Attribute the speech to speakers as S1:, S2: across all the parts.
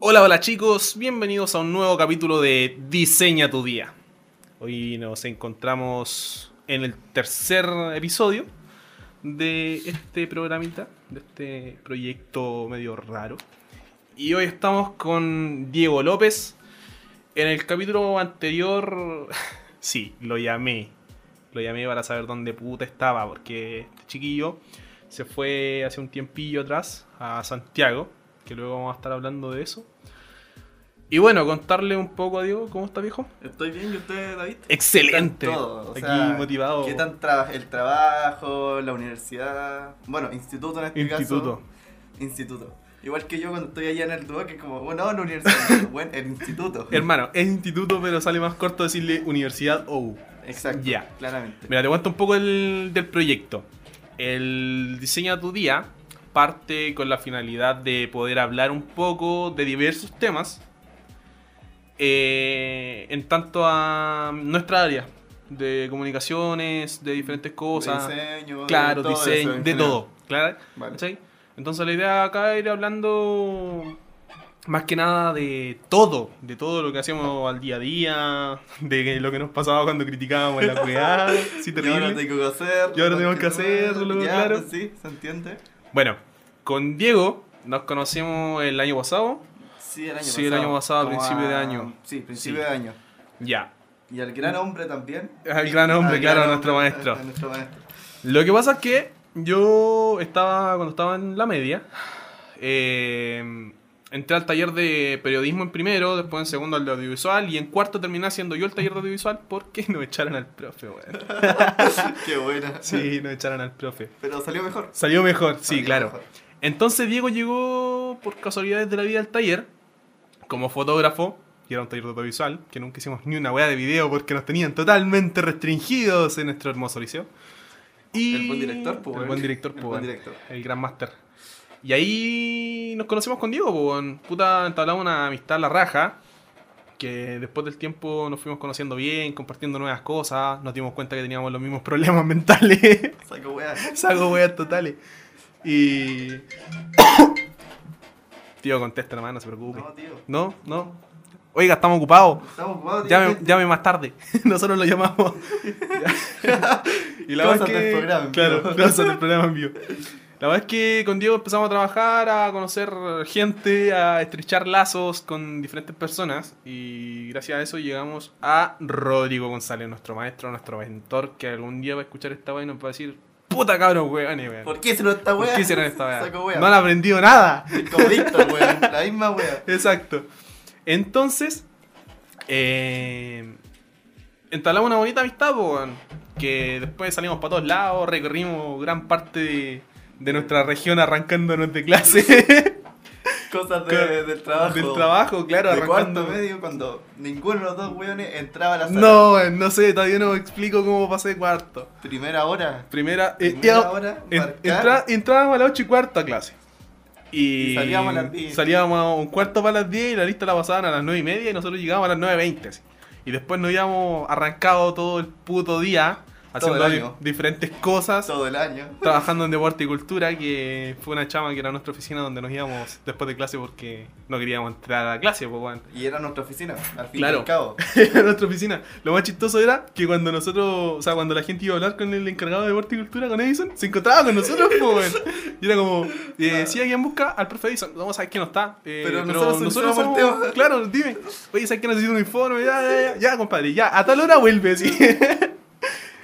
S1: Hola, hola chicos, bienvenidos a un nuevo capítulo de Diseña tu día. Hoy nos encontramos en el tercer episodio de este programita, de este proyecto medio raro. Y hoy estamos con Diego López. En el capítulo anterior, sí, lo llamé. Lo llamé para saber dónde puta estaba, porque este chiquillo se fue hace un tiempillo atrás a Santiago, que luego vamos a estar hablando de eso. Y bueno, contarle un poco a Diego, ¿cómo está viejo?
S2: Estoy bien, ¿y usted, David?
S1: Excelente.
S2: Está todo, o
S1: Aquí
S2: sea,
S1: motivado.
S2: ¿Qué tan tra- el trabajo, la universidad? Bueno, instituto en este
S1: Instituto.
S2: caso. Instituto. Igual que yo cuando estoy allá en el Duoc, que es como, bueno, no, la universidad, no, bueno, el instituto.
S1: Hermano, es instituto, pero sale más corto decirle universidad o U.
S2: Exacto,
S1: Ya.
S2: claramente.
S1: Mira, te cuento un poco el- del proyecto. El diseño de tu día parte con la finalidad de poder hablar un poco de diversos temas eh, en tanto a nuestra área de comunicaciones, de diferentes cosas,
S2: De diseño, de
S1: claro,
S2: todo eso
S1: diseño,
S2: en
S1: de
S2: general.
S1: todo, claro.
S2: Vale.
S1: ¿Cachai? Entonces la idea acá es ir hablando más que nada de todo, de todo lo que hacíamos al día a día, de lo que nos pasaba cuando criticábamos en la cuidad, sí
S2: Y ahora
S1: terrible.
S2: tengo que hacer.
S1: Y ahora tengo que hacerlo,
S2: ya, pues
S1: claro.
S2: Sí, se entiende.
S1: Bueno, con Diego nos conocimos el año pasado,
S2: Sí, el año
S1: Sí,
S2: pasado.
S1: el año pasado, a
S2: como
S1: principio de año.
S2: Sí, principio
S1: Sí.
S2: de año.
S1: ya,
S2: Y al gran hombre también.
S1: el gran hombre,
S2: Al
S1: claro,
S2: gran
S1: nuestro
S2: hombre,
S1: maestro.
S2: a Nuestro maestro.
S1: Lo que pasa es que yo estaba, cuando estaba en la media, eh, entré al taller de periodismo en primero, después en segundo al de audiovisual y en cuarto terminé haciendo yo el taller de audiovisual porque nos echaron al profe, weón.
S2: Qué buena.
S1: Sí, nos echaron al profe.
S2: Pero salió mejor.
S1: Salió mejor, sí,
S2: Salió
S1: claro.
S2: mejor.
S1: Entonces Diego llegó por casualidades de la vida al taller como fotógrafo, y era un taller de audiovisual, que nunca hicimos ni una weá de video porque nos tenían totalmente restringidos en nuestro hermoso liceo. Y
S2: El buen director, pues,
S1: El
S2: weón.
S1: buen director,
S2: El
S1: pues,
S2: buen
S1: weón.
S2: director.
S1: el gran máster. Y ahí nos conocimos con Diego, pues, weón. puta, entablamos una amistad a la raja, que después del tiempo nos fuimos conociendo bien, compartiendo nuevas cosas, nos dimos cuenta que teníamos los mismos problemas mentales.
S2: Saco weá.
S1: Saco weas totales. Y. Tío, contesta, hermano, no se preocupe.
S2: No, tío.
S1: No, no. Oiga, estamos ocupados.
S2: Estamos ocupados, tío.
S1: Llame, llame más tarde. Nosotros lo llamamos. y
S2: Cosas
S1: verdad es
S2: del programa en
S1: Claro,
S2: vivo.
S1: cosas del programa en vivo. La verdad es que con Diego empezamos a trabajar, a conocer gente, a estrechar lazos con diferentes personas. Y gracias a eso llegamos a Rodrigo González, nuestro maestro, nuestro mentor, que algún día va a escuchar esta vaina y nos va a decir: ¡Puta cabros, weón!
S2: ¿Por qué hicieron esta weá?
S1: qué hicieron esta weá?
S2: Saco weá.
S1: No han aprendido nada.
S2: El convicto, weón. La misma weá.
S1: Exacto. Entonces, eh, entablamos una bonita amistad, po, weón, que después salimos para todos lados, recorrimos gran parte de, de nuestra región arrancándonos de clase,
S2: Cosas
S1: Claro.
S2: de, del trabajo.
S1: del trabajo, claro,
S2: de cuarto
S1: arrancando.
S2: medio cuando ninguno de los dos weones entraba a la sala.
S1: No, weón, no sé, todavía no explico cómo pasé de cuarto.
S2: Primera hora.
S1: Primera, eh,
S2: Primera
S1: ya-
S2: hora.
S1: en-
S2: marcar.
S1: entra- entrábamos a las 8 y cuarto a clase. Y,
S2: Y salíamos a las 10.
S1: salíamos a un cuarto para las 10 y la lista la pasaban a las 9 y media y nosotros llegábamos a las 9.20. así. Y después nos íbamos arrancado todo el puto día haciendo
S2: el
S1: di-
S2: año.
S1: diferentes cosas.
S2: Todo el año.
S1: Trabajando en Deporte y Cultura, que fue una chama que era nuestra oficina donde nos íbamos después de clase porque no queríamos entrar a clase, pues bueno.
S2: Y era nuestra oficina, al fin
S1: Claro.
S2: y al cabo.
S1: Era nuestra oficina. Lo más chistoso era que cuando nosotros, o sea, cuando la gente iba a hablar con el encargado de Deporte y Cultura, con Edison, se encontraba con nosotros, po, weón. Y era como, eh, si alguien busca al profe Edison, vamos a ver que no está. eh, pero,
S2: Pero
S1: nosotros,
S2: nosotros solucionamos el
S1: somos-
S2: tema.
S1: claro, dime, oye, ¿sabes que necesito un informe? Ya, ya, ya, ya, compadre, ya, a tal hora vuelve, sí.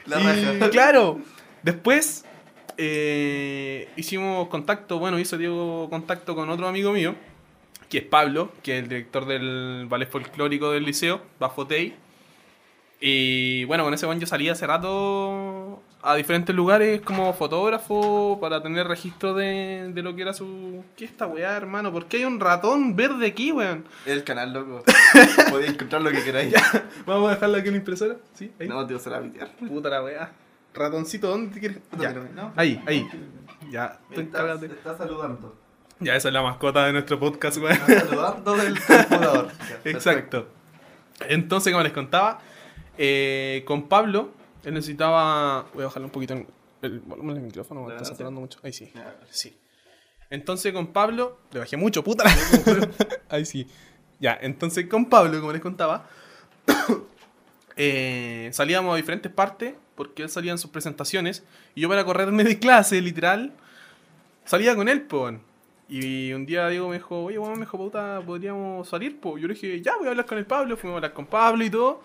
S2: La
S1: Y,
S2: raja.
S1: Claro. Después eh, hicimos contacto, bueno, hizo Diego contacto con otro amigo mío, que es Pablo, que es el director del ballet folclórico del liceo, Bafotei. Y bueno, con ese buen yo salí hace rato a diferentes lugares como fotógrafo para tener registro de, de lo que era su... ¿Qué es esta weá, hermano? ¿Por qué hay un ratón verde aquí, weón?
S2: El canal, loco. Podéis encontrar lo que queráis.
S1: Vamos a dejarlo aquí en la impresora. ¿Sí? Ahí.
S2: No, tío, se la pitear.
S1: Puta la weá. Ratoncito, ¿dónde te quieres? Ya.
S2: No.
S1: Ahí, ahí. Ya, tú
S2: Me está,
S1: encárgate.
S2: te está saludando.
S1: Ya, esa es la mascota de nuestro podcast, weón.
S2: Me está saludando del computador. Ya, perfecto.
S1: Exacto. Entonces, como les contaba, eh, con Pablo, él necesitaba. Voy a bajarle un poquito el volumen del micrófono, me está
S2: Gracias.
S1: saturando mucho. Ahí sí.
S2: Ya.
S1: Sí. Entonces con Pablo, le bajé mucho, puta. la- Ahí sí. Ya, entonces con Pablo, como les contaba, eh, salíamos a diferentes partes porque él salía en sus presentaciones y yo para correrme de clase, literal, salía con él, po. weón. Y un día Diego me dijo, oye, weón, me dijo, puta, podríamos salir, po. Yo le dije, ya, voy a hablar con el Pablo, fuimos a hablar con Pablo y todo.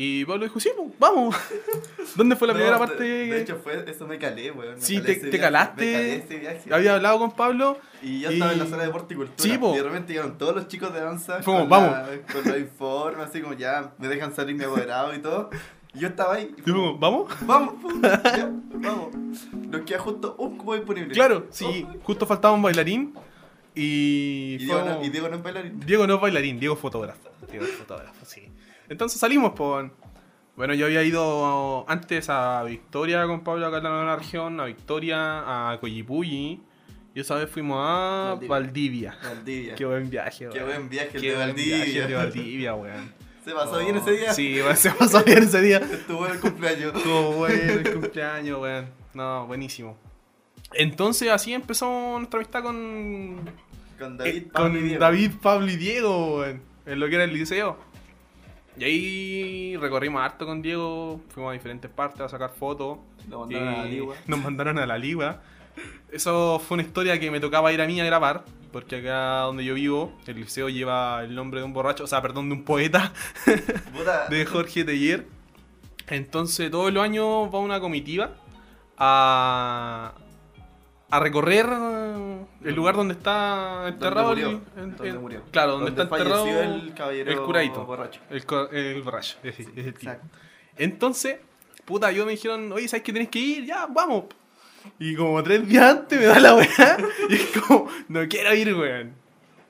S1: Y Pablo dijo, sí, po, vamos. ¿Dónde fue la
S2: No,
S1: primera
S2: de-
S1: parte?
S2: De,
S1: que-
S2: hecho, fue, eso me calé, weón. me
S1: Sí,
S2: calé
S1: te-
S2: ese
S1: te
S2: viaje,
S1: calaste.
S2: Me calé ese viaje.
S1: Había hablado con Pablo
S2: Y yo estaba en la
S1: y-
S2: sala de horticultura.
S1: Sí, po.
S2: y de repente llegaron todos los chicos de danza.
S1: Fuimos,
S2: con
S1: vamos.
S2: la- con los informes, así como ya, me dejan salir mi apoderado y todo. Y yo estaba ahí. y
S1: y
S2: como,
S1: fuimos, ¿vamos?
S2: Vamos, pum, ya, vamos. Nos queda justo un cubo disponible.
S1: Claro, sí,
S2: Oh,
S1: justo faltaba un bailarín y, fue
S2: Y Diego, no,
S1: como-
S2: y Diego no es bailarín.
S1: Diego no es bailarín, Diego es fotógrafo. Diego es fotógrafo, sí. Entonces salimos, por... Bueno, yo había ido antes a Victoria con Pablo acá en la nueva región, a Victoria, a Coyipulli. Y esa vez fuimos a
S2: Valdivia.
S1: Valdivia.
S2: Valdivia.
S1: Qué buen viaje,
S2: Qué
S1: weón.
S2: buen viaje el
S1: Qué
S2: de
S1: buen viaje
S2: Valdivia.
S1: el de Valdivia, weón.
S2: Se pasó bien
S1: Oh,
S2: ese día.
S1: Sí, weón, se pasó bien ese día.
S2: Estuvo en el cumpleaños.
S1: Estuvo bueno el cumpleaños, weón. No, buenísimo. Entonces así empezó nuestra amistad con,
S2: Con David.
S1: eh,
S2: Pablo
S1: con
S2: y Diego.
S1: David, Pablo y Diego, weón, en lo que era el liceo. Y ahí recorrimos harto con Diego, fuimos a diferentes partes a sacar fotos.
S2: Lo mandaron a la
S1: y
S2: Ligua.
S1: Nos mandaron a la Ligua. Eso fue una historia que me tocaba ir a mí a grabar, porque acá donde yo vivo, el liceo lleva el nombre de un borracho, o sea, perdón, de un poeta
S2: Puta,
S1: de Jorge Teller. Entonces, todos los años va una comitiva a, a recorrer eh, el lugar donde está enterrado. el-
S2: Mm. murió,
S1: el-
S2: donde
S1: el-
S2: murió.
S1: Claro, donde, está enterrado
S2: falleció
S1: el,
S2: el caballero
S1: el curadito.
S2: borracho.
S1: co- el borracho. Es, es el tipo.
S2: Exacto.
S1: Entonces, puta, yo me dijeron, oye, ¿sabes que tenés que ir? Ya, vamos. Y como tres días antes me da la weá. Y es como, no quiero ir, weón.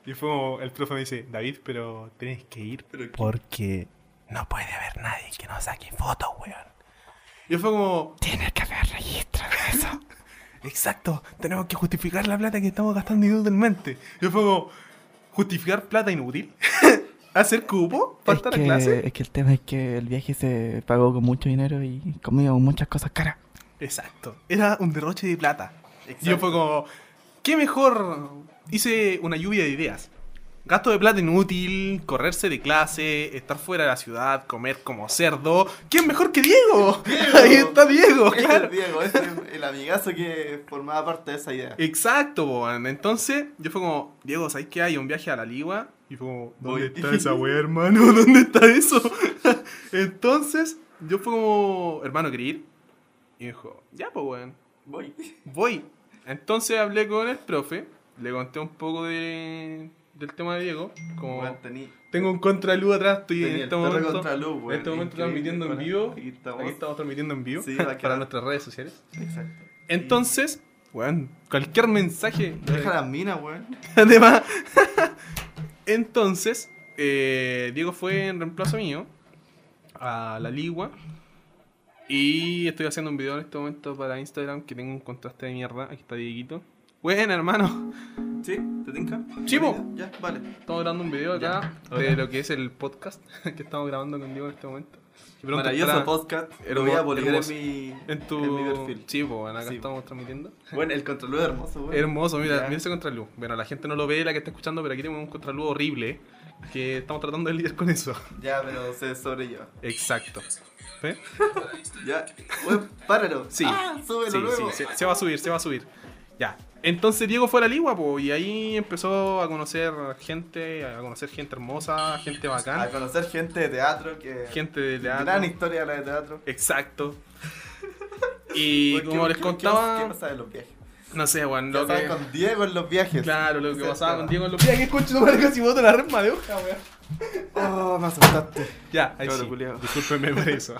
S1: Y fue como, el profe me dice, David, pero tenés que ir
S2: Pero que-
S1: porque no puede haber nadie que nos saque fotos, weón. Y fue como... Tienes que haber registro de eso. Exacto, tenemos que justificar la plata que estamos gastando inútilmente. Yo fue como... ¿Justificar plata inútil? ¿Hacer cupo?
S3: Es
S1: ¿Faltar a
S3: que,
S1: clase?
S3: es que el tema es que el viaje se pagó con mucho dinero y comíamos muchas cosas caras.
S1: Exacto, era un derroche de plata.
S2: Exacto.
S1: Y yo fue como... ¿Qué mejor? Hice una lluvia de ideas. Gasto de plata inútil, correrse de clase, estar fuera de la ciudad, comer como cerdo. ¿Quién mejor que Diego?
S2: ¡Diego!
S1: Ahí está Diego,
S2: Este es
S1: claro.
S2: Diego, este es el amigazo que formaba parte de esa idea.
S1: Exacto, po, weón. Entonces, yo fue como, Diego, ¿sabes qué? Hay un viaje a la Ligua. Y fue como, ¿dónde
S2: Voy.
S1: está esa wea, hermano? ¿Dónde está eso? Entonces, yo fue como, hermano, ¿quería ir? Y me dijo, ya, pues, weón,
S2: Voy.
S1: voy. Entonces hablé con el profe, le conté un poco de, del tema de Diego. Como,
S2: Weón, tení-
S1: tengo un contraluz atrás, estoy
S2: tení
S1: en
S2: el
S1: este
S2: perro
S1: momento.
S2: contra luz,
S1: en
S2: weón,
S1: este momento
S2: increíble,
S1: transmitiendo en
S2: weón.
S1: vivo.
S2: Aquí estamos.
S1: Aquí estamos transmitiendo en vivo
S2: Sí, va a
S1: para
S2: quedar.
S1: nuestras redes sociales.
S2: Exacto.
S1: Entonces, weón, cualquier mensaje.
S2: Deja las minas, weón.
S1: Además, entonces, eh, Diego fue en reemplazo mío a la Ligua. Y estoy haciendo un video en este momento para Instagram que tengo un contraste de mierda. Aquí está Dieguito. Bueno, hermano,
S2: ¿Sí? ¿Te tinca?
S1: Sí, po.
S2: Ya, vale.
S1: estamos grabando un video acá
S2: Ya.
S1: de
S2: Hola.
S1: lo que es el podcast que estamos grabando con Diego en este momento. Que pronto
S2: Maravilloso
S1: estará
S2: podcast. Lo voy a
S1: hermo-
S2: publicar en
S1: hermoso.
S2: mi,
S1: En tu.
S2: en mi perfil.
S1: Sí, po, bueno, acá
S2: Sí.
S1: estamos transmitiendo.
S2: Bueno, el control es hermoso, weón.
S1: Hermoso, mira,
S2: Ya.
S1: mira ese contraluz. Bueno, la gente no lo ve, la que está escuchando, pero aquí tenemos un contraluz horrible eh, que estamos tratando de lidiar con eso.
S2: Ya, pero se sobrelleva.
S1: Exacto. ¿Ve?
S2: Ya. Weón, páralo.
S1: Sí.
S2: Ah, súbelo
S1: Sí,
S2: luego.
S1: sí, se, se va a subir, se va a subir. Ya. Entonces Diego fue a la Ligua, po, y ahí empezó a conocer gente, a conocer gente hermosa, gente
S2: A
S1: bacán,
S2: conocer gente de teatro que.
S1: gente de teatro.
S2: Gran historia la de teatro.
S1: Exacto. Y
S2: Weón,
S1: como
S2: ¿qué-
S1: les
S2: qué- ¿Qué
S1: contaba,
S2: pasa de los viajes?
S1: no sé, weón,
S2: Lo
S1: lo que...
S2: con Diego en los viajes.
S1: Claro, lo que
S2: Ese
S1: pasaba
S2: tema.
S1: con Diego en los... Mira, que escucho tu madre casi boto la resma de hoja, weón.
S2: Oh, me asustaste.
S1: Ya, ahí
S2: Cabro
S1: sí.
S2: culiao.
S1: Discúlpenme por eso.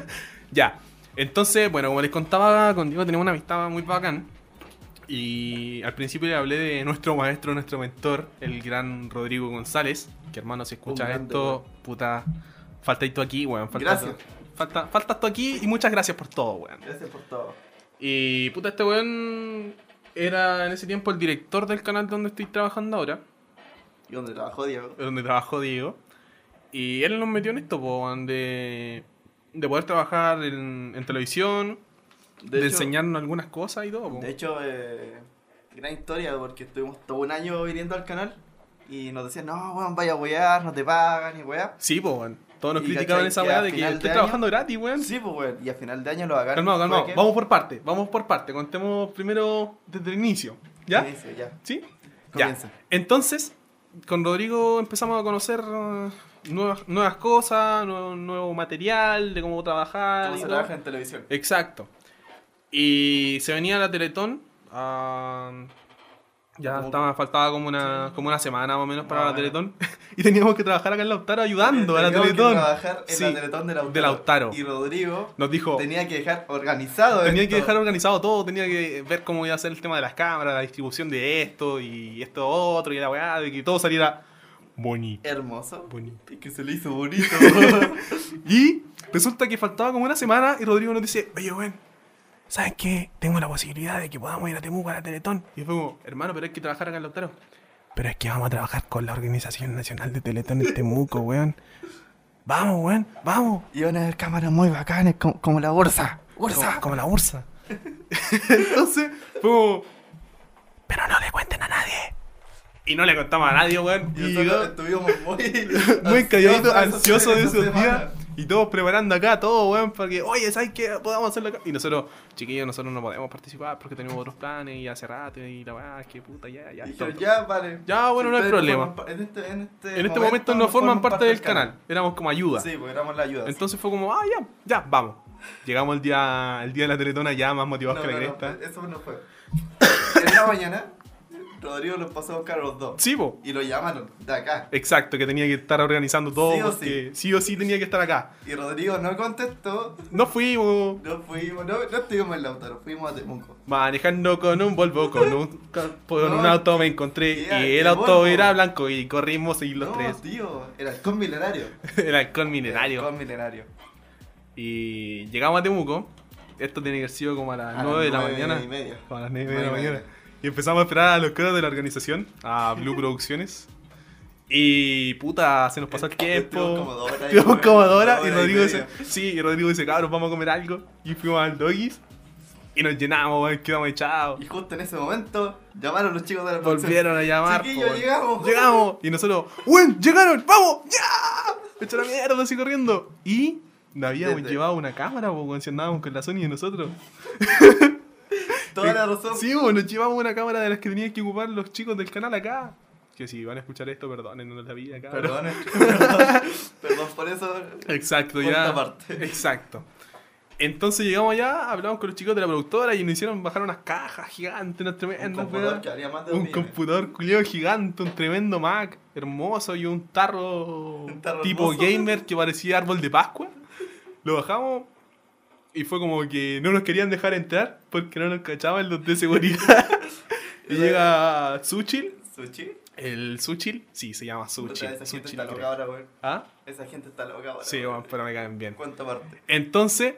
S1: ya. Entonces, bueno, como les contaba, con Diego tenemos una amistad muy bacán. Y al principio le hablé de nuestro maestro, nuestro mentor, el gran Rodrigo González. Que hermano, si escuchas
S2: grande,
S1: esto, puta, falta tú aquí, weón. Falta
S2: Gracias.
S1: Falta, faltas tú aquí y muchas gracias por todo, weón.
S2: Gracias por todo.
S1: Y puta, este weón era en ese tiempo el director del canal donde estoy trabajando ahora
S2: ¿Y dónde trabajó Diego?
S1: donde trabajó Diego. Y él nos metió en esto, po, weón, de, de poder trabajar en, en televisión, de,
S2: hecho-
S1: enseñarnos algunas cosas y todo. po.
S2: De hecho, eh, gran historia porque estuvimos todo un año viniendo al canal y nos decían, no, weón, vaya a wear, no te pagan y weá.
S1: Sí, pues, weón. Todos nos
S2: Y
S1: criticaban
S2: cachai
S1: esa
S2: que
S1: weá
S2: a
S1: de que
S2: final
S1: estoy
S2: de año-
S1: trabajando gratis, weón.
S2: Sí, pues weón, y a final de año lo agarran.
S1: Calmado, calmado.
S2: ¿Fue que?
S1: Vamos por parte, vamos por parte. Contemos primero desde el inicio. ¿Ya?
S2: Sí, sí, ya.
S1: ¿Sí?
S2: Comienza.
S1: Ya. Entonces, con Rodrigo empezamos a conocer eh, nuevas, nuevas cosas, nuevo, nuevo material, de cómo trabajar.
S2: ¿Cómo
S1: y
S2: se
S1: todo.
S2: trabaja en televisión?
S1: Exacto. Y se venía la Teletón. ah, ya
S2: Como-
S1: estaba, faltaba como una, como una semana más o menos para
S2: Más o
S1: la Teletón. y teníamos que trabajar acá en Lautaro ayudando a la
S2: Teníamos que
S1: Teletón.
S2: trabajar en
S1: Sí,
S2: la Teletón de Lautaro.
S1: de Lautaro.
S2: Y Rodrigo
S1: Nos dijo,
S2: tenía que dejar organizado
S1: tenía
S2: esto.
S1: que dejar organizado todo, tenía que ver cómo iba a ser el tema de las cámaras, la distribución de esto y esto otro y la weá, de que todo saliera bonito.
S2: Hermoso.
S1: bonito.
S2: Y que se le hizo bonito.
S1: Y resulta que faltaba como una semana y Rodrigo nos dice, oye, weón, ¿sabes qué? Tengo la posibilidad de que podamos ir a Temuco a la Teletón. Y fue como, hermano, pero hay que trabajar acá en Lautaro. Pero es que vamos a trabajar con la Organización Nacional de Teletón en Temuco, weón. Vamos, weón, vamos.
S3: Y van a haber cámaras muy bacanas, como, como la bolsa.
S1: Como, como la ursa. Entonces, fue como, pero no le cuenten a nadie. Y no le contamos a nadie, weón.
S2: y
S1: Y
S2: nosotros
S1: llegó-
S2: estuvimos muy.
S1: muy calladito, ansioso
S2: ansiosos
S1: de
S2: esa
S1: esos días.
S2: semana.
S1: Y todos preparando acá todo, weón, para que, oye, ¿sabes qué? Podamos hacerlo acá. Y nosotros, chiquillos, nosotros no podemos participar porque tenemos otros planes y hace rato y la weá, que puta, ya, ya.
S2: Y dijeron,
S1: tonto.
S2: ya, vale.
S1: Ya, bueno, no hay
S2: ustedes
S1: problema.
S2: forman pa- En este, en este,
S1: en este momento no forman parte del canal. éramos como ayuda.
S2: Sí, porque éramos la ayuda. sí.
S1: Entonces fue como, ah, ya, ya, vamos. Llegamos el día, el día de la teletona ya más motivados que la cresta.
S2: eso no fue. en la mañana, Rodrigo los pasó a buscar a los dos.
S1: Sí, po.
S2: Y lo llamaron de acá.
S1: Exacto, que tenía que estar organizando todo.
S2: Sí o
S1: porque sí o sí tenía que estar acá.
S2: Y Rodrigo no contestó.
S1: Nos fuimos
S2: No fuimos, no, no estuvimos en Lautaro, fuimos a Temuco.
S1: manejando con un Volvo, con un, ca- con
S2: No.
S1: un auto me encontré
S2: Ya,
S1: y el
S2: qué
S1: auto
S2: Volvo.
S1: era blanco y corrimos y los
S2: no,
S1: tres.
S2: tío, era el con milenario.
S1: el alcohol
S2: El
S1: minerario.
S2: con milenario.
S1: Y llegamos a Temuco. Esto tiene que haber sido como a las
S2: A
S1: 9 de la
S2: las nueve
S1: mañana.
S2: y media.
S1: Como a las 9 de la
S2: Nueve y
S1: mañana.
S2: media.
S1: Y empezamos a esperar a los coros de la organización, a Blue Producciones. Y puta, se nos pasó el
S2: Estuvimos como
S1: tiempo.
S2: dos horas.
S1: Fuimos como dos horas y
S2: Dos
S1: Rodrigo dice,
S2: media.
S1: sí, y Rodrigo dice, cabros, vamos a comer algo. Y fuimos al Doggies y nos llenamos, weón, quedamos echados.
S2: Y justo en ese momento llamaron los chicos de la producción.
S1: Volvieron a llamar.
S2: Chiquillos,
S1: po, weón.
S2: llegamos.
S1: Llegamos. Y nosotros, ¡Wen! ¡Llegaron! ¡Vamos! ¡Ya! Echa la mierda, así corriendo. Y no habíamos
S2: Desde-
S1: llevado una cámara, po, weón, si andábamos con la Sony de nosotros.
S2: Toda la razón.
S1: Sí, po, nos llevamos una cámara de las que tenían que ocupar los chicos del canal acá. Que si van a escuchar esto, perdonen, no la vi acá.
S2: Perdón, perdón, perdón por eso.
S1: Exacto,
S2: Cuarta
S1: ya.
S2: parte.
S1: Exacto. Entonces llegamos allá, hablamos con los chicos de la productora y nos hicieron bajar unas cajas gigantes, unas tremendas,
S2: Un computador
S1: weón.
S2: que haría más de
S1: Un
S2: mil, eh.
S1: computador culiado gigante, un tremendo Mac, hermoso y un tarro,
S2: Un tarro
S1: tipo
S2: hermoso.
S1: gamer que parecía árbol de Pascua. Lo bajamos y fue como que no nos querían dejar entrar porque no nos cachaban los de seguridad. y llega Suchil,
S2: ¿Sushi?
S1: el Suchil, sí, se llama
S2: Puta,
S1: Suchil.
S2: Esa gente
S1: Suchil,
S2: está
S1: creo.
S2: loca ahora, weón.
S1: ¿Ah?
S2: Esa gente está loca ahora.
S1: Sí, pues.
S2: weón.
S1: bueno, pero me caen bien.
S2: Cuarta parte.
S1: Entonces,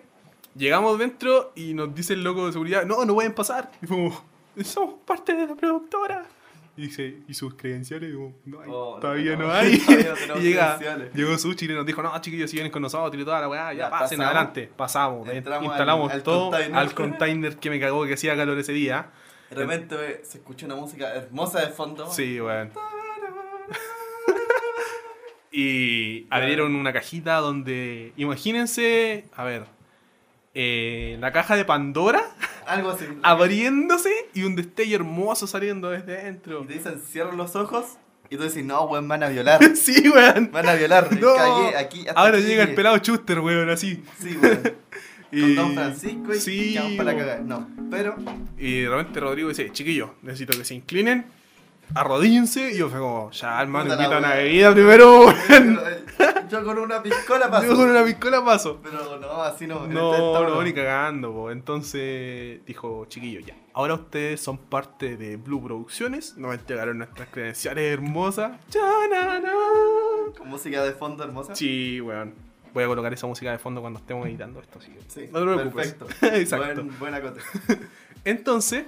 S1: llegamos dentro y nos dice el loco de seguridad, no, no pueden pasar. Y fuimos, somos parte de la productora. Y dice, ¿y sus credenciales? Y como, no hay,
S2: Oh, no
S1: todavía no,
S2: tenemos-
S1: hay.
S2: todavía no tenemos
S1: y llega,
S2: credenciales.
S1: llegó Suchi y nos dijo, no, chiquillos, si vienen con nosotros y toda la weá, ya,
S2: Ya,
S1: pasen
S2: pasamos.
S1: adelante. Pasamos, eh,
S2: Entramos al-
S1: instalamos
S2: al
S1: todo
S2: container.
S1: al container que me cagó que hacía calor ese día.
S2: De repente weón, se escuchó una música hermosa de fondo.
S1: Sí, weón. y abrieron una cajita donde, imagínense, a ver, eh, la caja de Pandora
S2: Algo así.
S1: Ah, abriéndose y un destello hermoso saliendo desde dentro.
S2: Y te dicen, cierran los ojos. Y tú dices, no, weón, van a violar.
S1: sí, weón.
S2: Van a violar.
S1: No.
S2: Cagué aquí. hasta
S1: Ahora
S2: aquí
S1: llega el
S2: llegué.
S1: pelado Chuster, weón, así.
S2: Sí, weón.
S1: Y,
S2: Con Don Francisco y
S1: sí,
S2: quedamos para la
S1: weón.
S2: cagada. No, pero
S1: Y de repente Rodrigo dice, chiquillos, necesito que se inclinen, arrodíllense. Y yo fue como, ya, hermano,
S2: Puta la
S1: invita una
S2: weá.
S1: bebida primero, weón.
S2: yo con una piscola paso.
S1: Yo con una piscola paso.
S2: Pero no, así no. en este
S1: No,
S2: estado
S1: no, ni cagando, po. Entonces dijo, chiquillos, ya. Ahora ustedes son parte de Blue Producciones. Nos entregaron nuestras credenciales hermosas. Chanana.
S2: Con música de fondo hermosa.
S1: Sí, weón. Voy a colocar esa música de fondo cuando estemos editando esto, así que
S2: Sí,
S1: no te preocupes.
S2: perfecto.
S1: Exacto.
S2: Buen, buen acote.
S1: Entonces,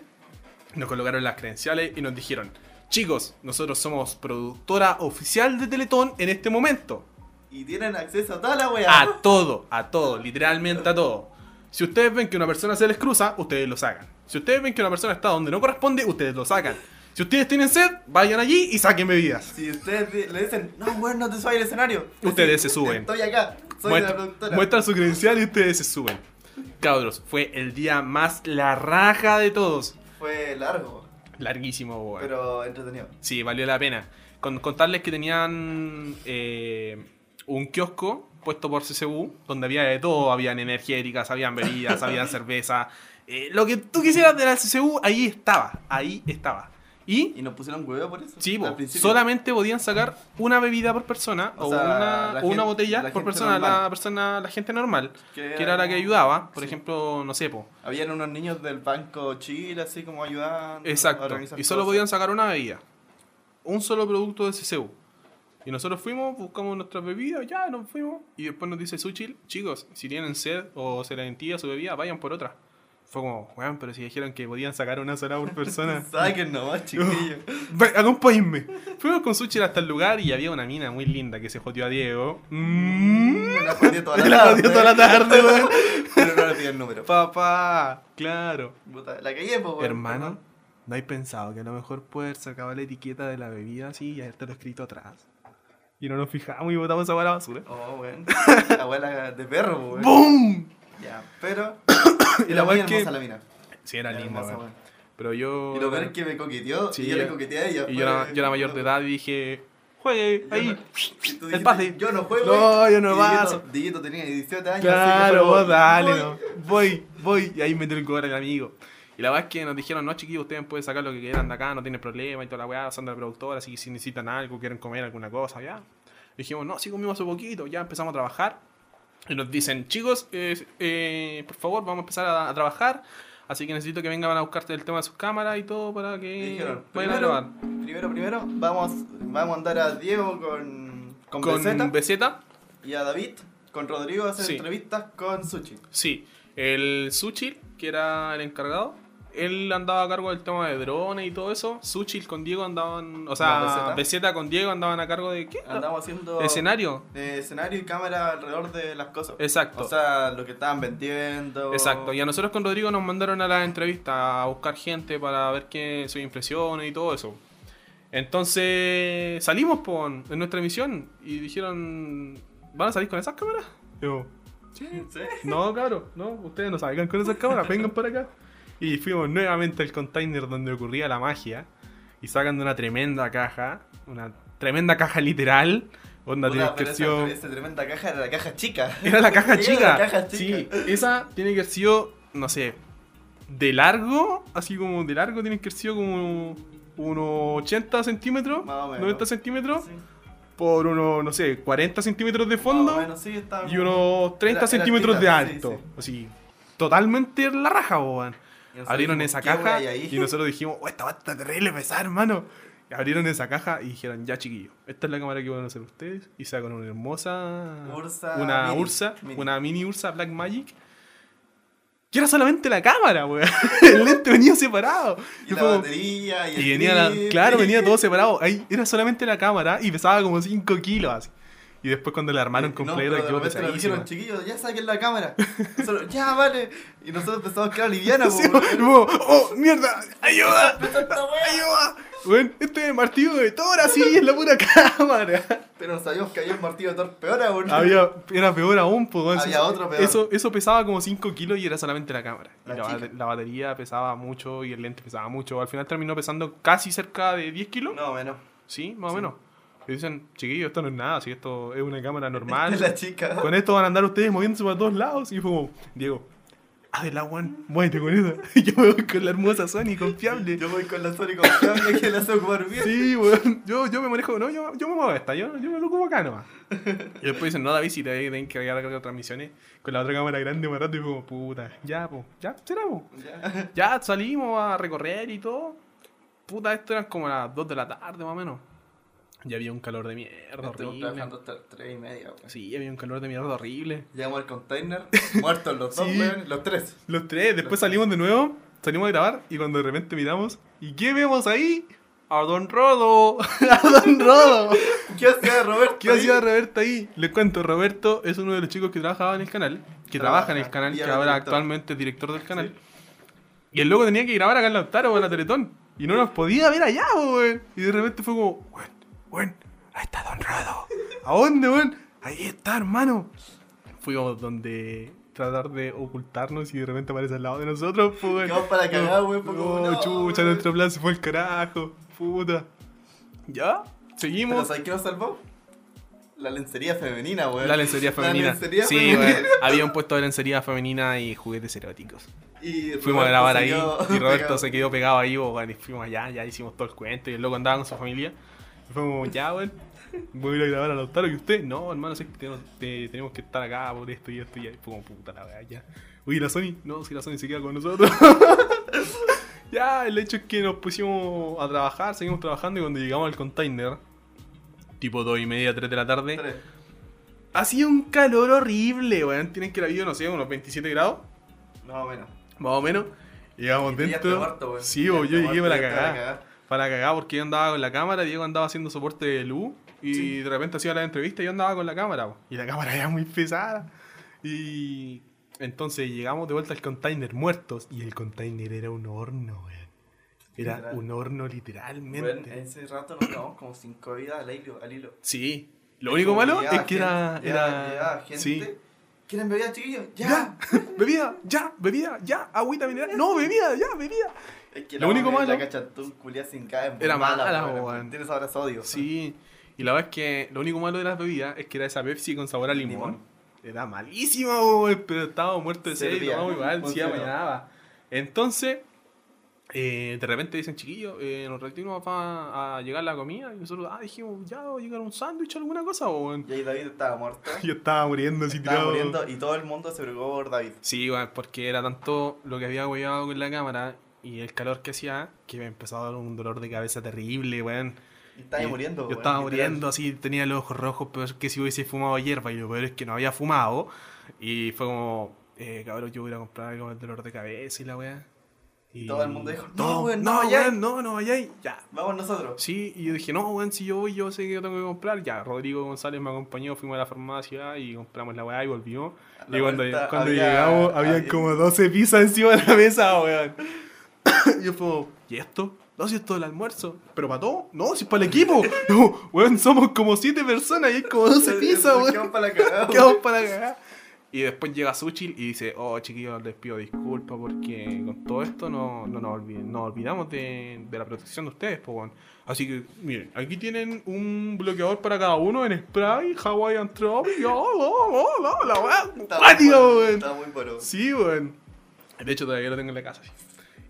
S1: nos colocaron las credenciales y nos dijeron, chicos, nosotros somos productora oficial de Teletón en este momento.
S2: Y tienen acceso a toda la weá.
S1: A todo, a todo, literalmente a todo. Si ustedes ven que una persona se les cruza, ustedes lo sacan. Si ustedes ven que una persona está donde no corresponde, ustedes lo sacan. Si ustedes tienen sed, vayan allí y saquen bebidas.
S2: Si ustedes di- le dicen, no, weón, no te subas al escenario.
S1: Ustedes
S2: Decís,
S1: se suben.
S2: Estoy acá, soy de la productora.
S1: muestran su credencial y ustedes se suben. Cabros, fue el día más la raja de todos.
S2: Fue largo,
S1: Larguísimo, weón.
S2: pero entretenido.
S1: Sí, valió la pena. Con contarles que tenían eh, un kiosco puesto por CCU, donde había de todo, habían energéticas, habían bebidas, habían cerveza. Eh, lo que tú quisieras de la CCU, ahí estaba, ahí estaba. Y,
S2: Y nos pusieron huevo por eso.
S1: sí,
S2: al
S1: po,
S2: principio.
S1: solamente podían sacar una bebida por persona o,
S2: O sea,
S1: una,
S2: la
S1: o una
S2: gen-
S1: botella
S2: la
S1: por
S2: gente
S1: persona la,
S2: normal.
S1: persona, la gente normal, que era la que
S2: como-
S1: ayudaba. Por
S2: sí.
S1: ejemplo, no sé, po,
S2: Habían unos niños del banco Chile, así como ayudando. a
S1: Exacto.
S2: organizar
S1: Y solo
S2: cosas.
S1: podían sacar una bebida. Un solo producto de CCU. Y nosotros fuimos, buscamos nuestras bebidas, ya nos fuimos. Y después nos dice Suchil, chicos, si tienen sed o se les entía su bebida, vayan por otra. Fue como, weón, pero si dijeron que podían sacar una sola por persona.
S2: Saquen nomás, chiquillos.
S1: Ven, acompáñenme. Fuimos con Suchil hasta el lugar y había una mina muy linda que se joteó a Diego. Mm.
S2: Me la jodí toda
S1: La jodió toda la tarde, weón.
S2: Pero no le pide el número.
S1: Papá, claro.
S2: Puta, La cagué, po, weón.
S1: Hermano, ¿no hay pensado que a lo mejor poder sacar la etiqueta de la bebida así y haberte lo escrito atrás? Y no nos fijamos y botamos esa hueá a la basura.
S2: Oh, weón. La abuela de perro, po, weón.
S1: ¡Boom!
S2: Ya, pero.
S1: Y
S2: Y
S1: la
S2: la
S1: weá
S2: buena
S1: es que-
S2: hermosa la mina.
S1: Sí, era
S2: Era
S1: linda,
S2: hermosa,
S1: weón.
S2: weón.
S1: Pero yo.
S2: Y lo peor es que me coqueteó
S1: Sí,
S2: y yo le coqueteé a ella.
S1: Y yo era, yo era mayor de edad y dije. Juegue,
S2: Yo
S1: ahí.
S2: no- Y tú dijiste,
S1: pase.
S2: Yo no juego.
S1: No, yo no paso.
S2: paso. Dieguito tenía 18 años. así que
S1: Claro,
S2: fue
S1: vos
S2: como,
S1: dale,
S2: "Voy".
S1: no. Voy, voy. Y ahí metió el cobre el amigo. Y la verdad es que nos dijeron, no, chiquillos, ustedes pueden sacar lo que quieran de acá, no tienen problema y toda la weá, son de la productora, así que si necesitan algo, quieren comer alguna cosa, ya. Dijimos, no, sí comimos hace poquito, ya empezamos a trabajar. Y nos dicen, chicos, eh, eh, por favor, vamos a empezar a, a trabajar. Así que necesito que vengan a buscarte el tema de sus cámaras y todo para
S2: Y
S1: que
S2: Dijeron,
S1: vayan a
S2: primero,
S1: grabar.
S2: primero, primero, vamos, vamos a andar a Diego con, con,
S1: Con
S2: Beceta
S1: Beceta,
S2: y a David con Rodrigo a hacer
S1: Sí.
S2: entrevistas con Suchi.
S1: Sí, el Suchil, que era el encargado, él andaba a cargo del tema de drones y todo eso. Suchil con Diego andaban, o
S2: No,
S1: sea,
S2: Beceta.
S1: Beceta con Diego andaban a cargo de qué?
S2: Andamos haciendo
S1: Escenario.
S2: eh, escenario y cámara alrededor de las cosas.
S1: Exacto.
S2: O sea, lo que estaban vendiendo.
S1: Exacto, y a nosotros con Rodrigo nos mandaron a la entrevista a buscar gente para ver qué sus impresiones y todo eso. Entonces salimos pon, en nuestra emisión y dijeron, ¿van a salir con esas cámaras? Yo,
S2: Sí.
S1: No, claro, no, ustedes no salgan con esas cámaras, vengan para acá. Y fuimos nuevamente al container donde ocurría la magia. Y sacan de una tremenda caja, una tremenda caja literal, onda tiene
S2: Puta,
S1: que
S2: pero
S1: haber
S2: esa,
S1: sido-
S2: esa tremenda caja era la caja chica.
S1: Era la caja
S2: Era
S1: chica.
S2: la caja
S1: Sí,
S2: chica.
S1: esa tiene que haber sido, no sé, de largo, así como de largo, tiene que haber sido como unos 80 centímetros,
S2: Más o menos.
S1: 90 centímetros,
S2: Sí. Más
S1: por unos, no sé, 40 centímetros de
S2: o
S1: fondo
S2: menos, Ah, sí, estaba
S1: y
S2: como-
S1: unos 30
S2: Era- era
S1: centímetros
S2: altita,
S1: de
S2: sí,
S1: alto. Así, totalmente la raja, weón.
S2: y nosotros
S1: Abrieron
S2: dijimos,
S1: esa
S2: "¿Qué
S1: caja
S2: wey hay ahí?"
S1: y nosotros dijimos, oh, esta va a estar terrible pesada, hermano. Y abrieron esa caja y dijeron, ya chiquillo, esta es la cámara que van a hacer ustedes. Y sacan una hermosa.
S2: Ursa
S1: una
S2: mini,
S1: Ursa,
S2: mini.
S1: una mini Ursa Black Magic. Que era solamente la cámara, weón. El lente venía separado.
S2: Y
S1: Yo
S2: la
S1: como-
S2: batería y, el
S1: y venía la-
S2: clip,
S1: claro,
S2: y-
S1: venía todo separado. Ahí era solamente la cámara y pesaba como 5 kilos así. Y después cuando la armaron
S2: No,
S1: completa,
S2: pero de
S1: quedó
S2: repente nos
S1: pesadísima.
S2: dijeron, chiquillos, ya saquen la cámara. Nosotros, ya, vale. Y nosotros pensamos que era liviana, po,
S1: Sí,
S2: weón.
S1: como, ¡Oh, mierda! ¡Ayuda!
S2: Esta wea.
S1: ¡Ayuda! Weón, este es el martillo de Thor así en la pura cámara.
S2: Pero no sabíamos que había un partido de torpeora, weón.
S1: Había, era peor aún, po, weón.
S2: Había otro peor.
S1: Eso, eso pesaba como 5 kilos y era solamente la cámara. Y La,
S2: La
S1: bate-
S2: chica.
S1: la batería pesaba mucho y el lente pesaba mucho. Al final terminó pesando casi cerca de 10 kilos.
S2: No, menos.
S1: Sí, más o menos. Y dicen, chiquillo, esto no es nada, si esto es una cámara normal.
S2: Es la chica.
S1: Con esto van a andar ustedes moviéndose para todos lados. Y fue como, Diego, hazla, Juan, muévete con eso. Yo me voy con la hermosa Sony, confiable.
S2: Yo voy con la Sony confiable que la sé ocupar bien.
S1: Sí, weón. Yo, yo me manejo, no, yo, yo me muevo esta, yo, yo me preocupo acá nomás. Y después dicen, no, David, si te tienen que agregar otras transmisiones con la otra cámara grande más rato. Y fue como, puta, ya, po, ya, será, po.
S2: Ya.
S1: Ya salimos a recorrer y todo. Puta, esto eran como las 2 de la tarde más o menos. Y había un calor de mierda
S2: Estuvimos
S1: horrible.
S2: trabajando hasta las 3 y media, weón.
S1: Sí, había un calor de mierda horrible.
S2: Llegamos al container, muertos los dos,
S1: Sí.
S2: weón, los tres.
S1: Los tres, después salimos de nuevo, salimos a grabar y cuando de repente miramos, ¿y qué vemos ahí? a Don Rodo.
S2: ¡A Don Rodo! ¿Qué hacía Roberto?
S1: ¿Qué hacía Roberto ahí? Les cuento, Roberto es uno de los chicos que trabajaba en el canal, que trabaja,
S2: Trabaja,
S1: en el canal,
S2: Ah, y
S1: que
S2: ahora
S1: ahora
S2: director.
S1: actualmente es director del canal. Y el loco tenía que grabar acá en Lautaro o en la Teletón. Y no nos podía ver allá, po, weón. Y de repente fue como, weón, weón, ahí está Don Rodo. ¿A dónde, weón? Ahí está, hermano. Fuimos donde tratar de ocultarnos y de repente aparece al lado de nosotros, po, weón.
S2: Quedamos para la cagada, weón, fue como,
S1: No,
S2: no,
S1: chucha,
S2: weón.
S1: nuestro plan se fue al carajo. Puta. ¿Ya?
S2: Pero
S1: Seguimos.
S2: ¿sabes qué nos salvó? La lencería femenina, weón.
S1: La lencería femenina.
S2: La lencería
S1: sí,
S2: femenina.
S1: güey. Había un puesto de lencería femenina y juguetes eróticos.
S2: Y
S1: Fuimos
S2: Roberto
S1: a grabar
S2: se
S1: ahí
S2: quedó
S1: y Roberto
S2: pegado.
S1: se quedó pegado ahí, bo, güey, y fuimos allá, ya hicimos todo el cuento y el loco andaba con su familia. Y fue como, ya, güey, voy a ir a grabar a Lautaro y usted, no, hermano, sé que tenemos, te- tenemos que estar acá por esto y esto y ya. Y fue como, puta la weá, ya. Uy, la Sony, no, si la Sony se queda con nosotros. ya, el hecho es que nos pusimos a trabajar, seguimos trabajando y cuando llegamos al container, tipo 2 y media, 3 de la tarde,
S2: Tres.
S1: Hacía un calor horrible, weón. Tienen que haber habido, no sé, unos 27 grados,
S2: No, bueno.
S1: más o menos. Llegamos
S2: Y ya te
S1: dentro.
S2: muerto, weón.
S1: sí,
S2: Ya
S1: bo,
S2: te
S1: yo llegué
S2: muerto,
S1: para
S2: ya te
S1: cagar.
S2: vas a cagar.
S1: Para cagar, porque yo andaba con la cámara, Diego andaba haciendo soporte de luz. Y
S2: Sí.
S1: de repente hacía la entrevista y yo andaba con la cámara, bo. Y la cámara era muy pesada. Y. Entonces llegamos de vuelta al container muertos. Y el container era un horno, weón. Era
S2: Literal.
S1: un horno literalmente.
S2: Weón, en ese rato nos quedamos como cinco vidas al hilo. Al hilo.
S1: Sí. Lo único malo es que era. era...
S2: gente.
S1: sí.
S2: ¿Quieren bebida, chiquillos? ¡Ya!
S1: ¡Ya! ¡Bebida! ¡Ya! ¡Bebida! ¡Ya! ¡Agüita mineral! ¡No! ¡Bebida! ¡Ya! ¡Bebida!
S2: Es que
S1: Lo único
S2: mamá de
S1: malo-
S2: La cachatún culia sin caer.
S1: Era mala, weón.
S2: Tienes ahora sodio.
S1: Sí. Y la verdad es que lo único malo de las bebidas es que era esa Pepsi con sabor a limón.
S2: Limón.
S1: Era malísima, weón, pero estaba muerto de sed y
S2: Servía.
S1: tomamos igual, sí,
S2: Funcionó.
S1: amañaba. Entonces, eh, de repente dicen, chiquillos, eh, nos retiramos pa- a llegar la comida. Y nosotros, ah, dijimos, ya va a llegar un sándwich o alguna cosa, weón.
S2: Y ahí David estaba muerto.
S1: Yo estaba muriendo así
S2: estaba
S1: tirado.
S2: muriendo y todo el mundo se preocupó por David.
S1: Sí, weón, porque era tanto lo que había huevado con la cámara y el calor que hacía que me empezó a dar un dolor de cabeza terrible, weón.
S2: Y estaba
S1: Y
S2: muriendo.
S1: Yo
S2: weón,
S1: estaba
S2: literal.
S1: muriendo así, tenía los ojos rojos, pero es que si hubiese fumado hierba y lo peor es que no había fumado. Y fue como, eh, cabrón, yo voy a ir a comprar algo del dolor de cabeza y la weá.
S2: Y todo el mundo dijo, "No,
S1: no,
S2: weón, no
S1: no,
S2: vayáis".
S1: weón, no, no vayáis". ya.
S2: Vamos nosotros.
S1: Sí, y yo dije, no, weón, si yo voy, yo sé que yo tengo que comprar. Ya, Rodrigo González me acompañó, fuimos a la farmacia y compramos la weá y volvimos.
S2: A la
S1: Y cuando,
S2: vuelta
S1: cuando
S2: había-
S1: llegamos, había,
S2: había-
S1: como 12 pizzas encima de la mesa, weón. Yo fue, ¿y esto? No, si esto es el almuerzo. ¿Pero para todo? No, si es para el equipo. No, weón, somos como 7 personas y es como 12 pizzas,
S2: Nos
S1: weón.
S2: quedamos para la cagada, weón.
S1: Quedamos para cagar. Y después llega Suchil y dice, oh, chiquillos, les pido disculpas porque con todo esto no, no nos, olvi- nos olvidamos de, de la protección de ustedes, po, weón. Así que, miren, aquí tienen un bloqueador para cada uno en spray, Hawaiian Tropic, oh, oh, oh, oh, la weá,
S2: Estaba
S1: cuática,
S2: muy poro,
S1: weón.
S2: Estaba muy poro.
S1: Sí, weón. De hecho, todavía lo tengo en la casa. sí.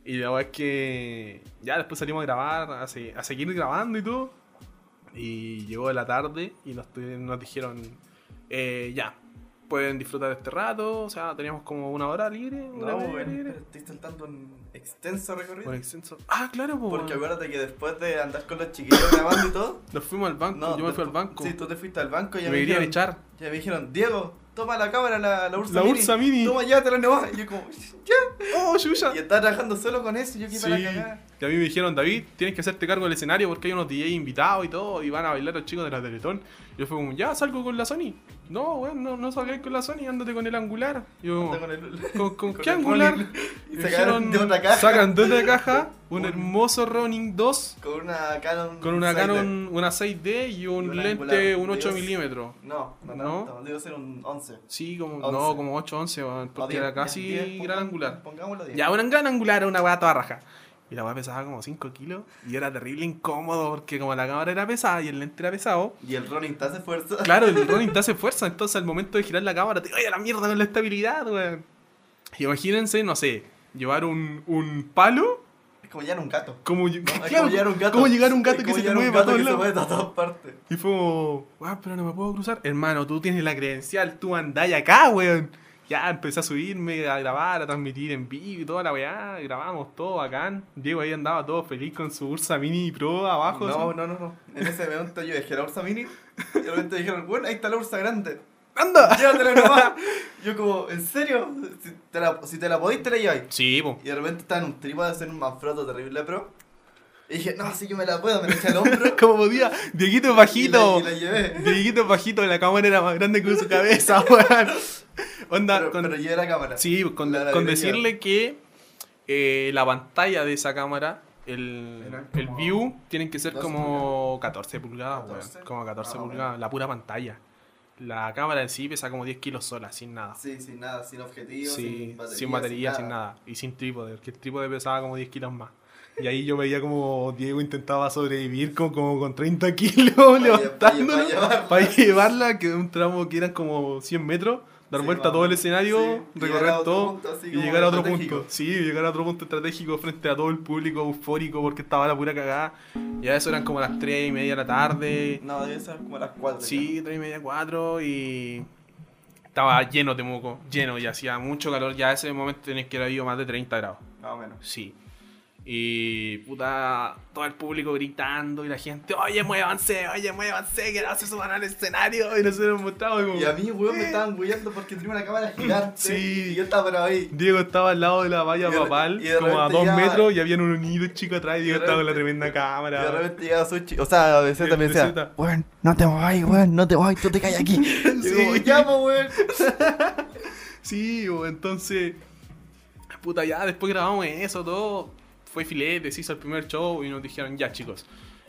S1: Y la verdad es que ya después salimos a grabar, a, se- a seguir grabando y todo. Y llegó la tarde y nos, tu- nos dijeron, eh, ya, pueden disfrutar de este rato. O sea, teníamos como una hora libre. Una
S2: No,
S1: media
S2: weón,
S1: libre.
S2: pero estoy intentando un extenso recorrido.
S1: Por extenso. Ah, claro, po,
S2: Porque
S1: weón.
S2: acuérdate que después de andar con los chiquillos grabando y todo.
S1: Nos fuimos al banco,
S2: no,
S1: yo me fui al
S2: después-
S1: banco.
S2: Sí, tú te fuiste al banco y
S1: Y
S2: ya
S1: me querían
S2: dijeron-
S1: echar.
S2: Ya me dijeron, Diego, toma la cámara, la, la Ursa
S1: La
S2: Mini.
S1: Ursa Mini.
S2: Toma, llévatela nomás. Y yo como, ya.
S1: ¡Oh, Yuya!
S2: Y estaba trabajando solo con eso y yo aquí para la cagada.
S1: Y a mí me dijeron, David, tienes que hacerte cargo del escenario porque hay unos DJ invitados y todo, y van a bailar los chicos de la Teletón. Y yo fue como, ya, salgo con la Sony. No, weón, no, no salgáis con la Sony, ándate con el angular. Y yo, ¿con,
S2: Anda Con, el,
S1: con,
S2: con
S1: qué
S2: el
S1: angular?
S2: Ronin. Y
S1: Me
S2: sacaron de otra caja.
S1: Sacan de otra caja un
S2: Un-
S1: hermoso Ronin 2
S2: Con una Canon.
S1: con una
S2: 6D.
S1: Canon, una 6D y un,
S2: Y un
S1: lente,
S2: angular,
S1: un 8
S2: Dios.
S1: milímetros.
S2: No, no,
S1: No.
S2: no. no, Debe ser un 11.
S1: Sí, como,
S2: 11.
S1: no, como 8, 11, weón, porque
S2: No,
S1: era
S2: 10,
S1: casi
S2: 10, 10,
S1: gran
S2: ponga-
S1: angular.
S2: Pongámoslo 10.
S1: Ya, una gran angular, una weá toda raja. Y la weá pesaba como 5 kilos y era terrible incómodo porque como la cámara era pesada y el lente era pesado,
S2: Y el Ronin te hace fuerza.
S1: claro, el Ronin te hace fuerza, entonces al momento de girar la cámara te vaya a la mierda con la estabilidad, weón. Y Imagínense, no sé, llevar un, un palo
S2: Es como llevar un gato.
S1: como,
S2: No, es
S1: claro,
S2: como llevar un gato.
S1: como llegar a un gato
S2: Es
S1: que
S2: como
S1: se te
S2: llevar
S1: mueve
S2: un
S1: para
S2: gato
S1: todos
S2: que se
S1: lados.
S2: mueve para todas partes.
S1: Y fue como, "Weón, pero no me puedo cruzar. Hermano, tú tienes la credencial, tú andás acá, weón. Ya empecé a subirme, a grabar, a transmitir en vivo y toda la weá. Grabamos todo bacán. Diego ahí andaba todo feliz con su Ursa Mini Pro abajo.
S2: No,
S1: así.
S2: no, no, no. En ese momento yo dejé la Ursa Mini y de repente dijeron, bueno, ahí está la Ursa Grande.
S1: ¡Anda!
S2: Llévatela nomás. Yo como, ¿en serio? Si te la, si te la podís, te la lleváis.
S1: Sí, po.
S2: Y de repente está en un trípode haciendo un manfrotto terrible, pero Y dije, no, sí, yo me la puedo, me la eché al hombro.
S1: Como podía, Dieguito es bajito.
S2: Y la, y la llevé.
S1: Dieguito es bajito, la cámara era más grande que su cabeza, weón. Onda,
S2: Pero,
S1: con,
S2: pero llevé la cámara.
S1: sí, con,
S2: la- la
S1: con
S2: derecha.
S1: decirle que eh, la pantalla de esa cámara, el,
S2: Eran
S1: el
S2: como
S1: view, tienen que ser
S2: 12
S1: como 14 pulgadas, weón.
S2: 14.
S1: Como 14
S2: Ah,
S1: pulgadas, la pura pantalla. La cámara en sí pesa como 10 kilos sola, sin nada.
S2: Sí, sin nada, sin objetivo,
S1: Sí,
S2: sin batería.
S1: sin batería, sin nada. Y sin trípode, que el trípode pesaba como 10 kilos más. Y ahí yo veía como Diego intentaba sobrevivir con, como con 30 kilos levantándolo
S2: para llevarla.
S1: para llevarla, que un tramo que eran como 100 metros, dar
S2: Sí,
S1: vuelta a
S2: más
S1: todo
S2: o
S1: el
S2: menos.
S1: escenario,
S2: Sí, llegar a
S1: recorrer
S2: otro
S1: todo
S2: punto, así
S1: y
S2: como
S1: llegar a otro
S2: estratégico.
S1: punto. Sí, llegar a otro punto estratégico frente a todo el público eufórico porque estaba la pura cagada. Y a eso eran como las 3 y media de la tarde.
S2: No, debe ser como a las 4.
S1: Sí, tres y media, cuatro y estaba lleno de moco, lleno y hacía mucho calor. Ya a ese momento tenías que haber ido más de 30 grados,
S2: Más o menos.
S1: sí. Y puta, todo el público gritando y la gente, oye, muévanse, oye, muévanse, que no se suban al escenario. Y nosotros mostramos como... "Eh".
S2: Y a mí, weón,
S1: ¿Qué?
S2: me estaban guiando porque tenía una cámara gigante.
S1: Sí.
S2: Y yo estaba por ahí.
S1: Diego estaba al lado de la
S2: Y
S1: valla
S2: de-
S1: papal,
S2: y de
S1: como a
S2: repente
S1: dos
S2: ya-
S1: metros, y habían un nido chico atrás, y Diego
S2: de
S1: estaba con la
S2: repente-
S1: tremenda
S2: Y
S1: cámara.
S2: de repente llegaba Sushi. O sea, a veces
S1: Y
S2: también
S1: Beceta.
S2: decía, weón, no te voy, weón, no te voy, tú te callas aquí. Y
S1: Sí.
S2: yo como, ya, pues, weón.
S1: Sí, bo, entonces. Puta, ya después grabamos eso, todo. Fue filete, se hizo el primer show y nos dijeron, ya chicos,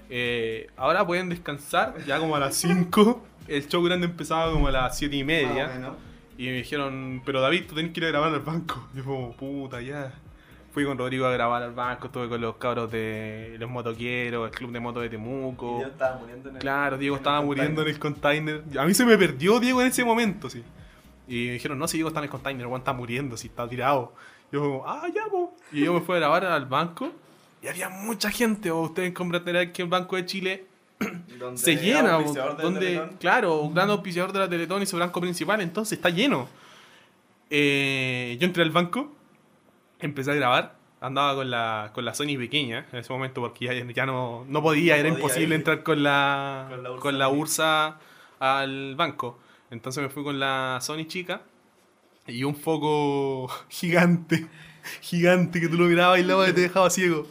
S1: eh, ahora pueden descansar, ya como a las 5. El show grande empezaba como a las 7 y media.
S2: Más o menos.
S1: Y me dijeron, pero David, tú tenés que ir a grabar al banco. Y yo como, puta, ya. Fui con Rodrigo a grabar al banco, estuve con los cabros de los motoqueros, el club de moto de Temuco.
S2: Y yo estaba muriendo en el.
S1: Oh. Claro, Diego
S2: en el
S1: estaba muriendo en
S2: container.
S1: el container. A mí se me perdió Diego en ese momento, sí. Y me dijeron, no, si Diego está en el container, Juan está muriendo, si está tirado. Yo como, ah, ya, po. Y yo me fui a grabar al banco y había mucha gente. O ustedes comprenderán que el Banco de Chile
S2: Donde
S1: se
S2: era
S1: llena. po,
S2: auspiciador del
S1: donde,
S2: Teletón.
S1: claro, un gran auspiciador de la Teletón y su banco principal, entonces está lleno. Eh, yo entré al banco, empecé a grabar. Andaba con la, con la Sony pequeña en ese momento porque ya, ya no, no podía,
S2: No
S1: era
S2: podía
S1: imposible
S2: ir.
S1: entrar con la,
S2: Con
S1: con la
S2: la Ursa Mini.
S1: Ursa al banco. Entonces me fui con la Sony chica y un foco gigante, gigante que tú lo mirabas y luego te dejaba ciego.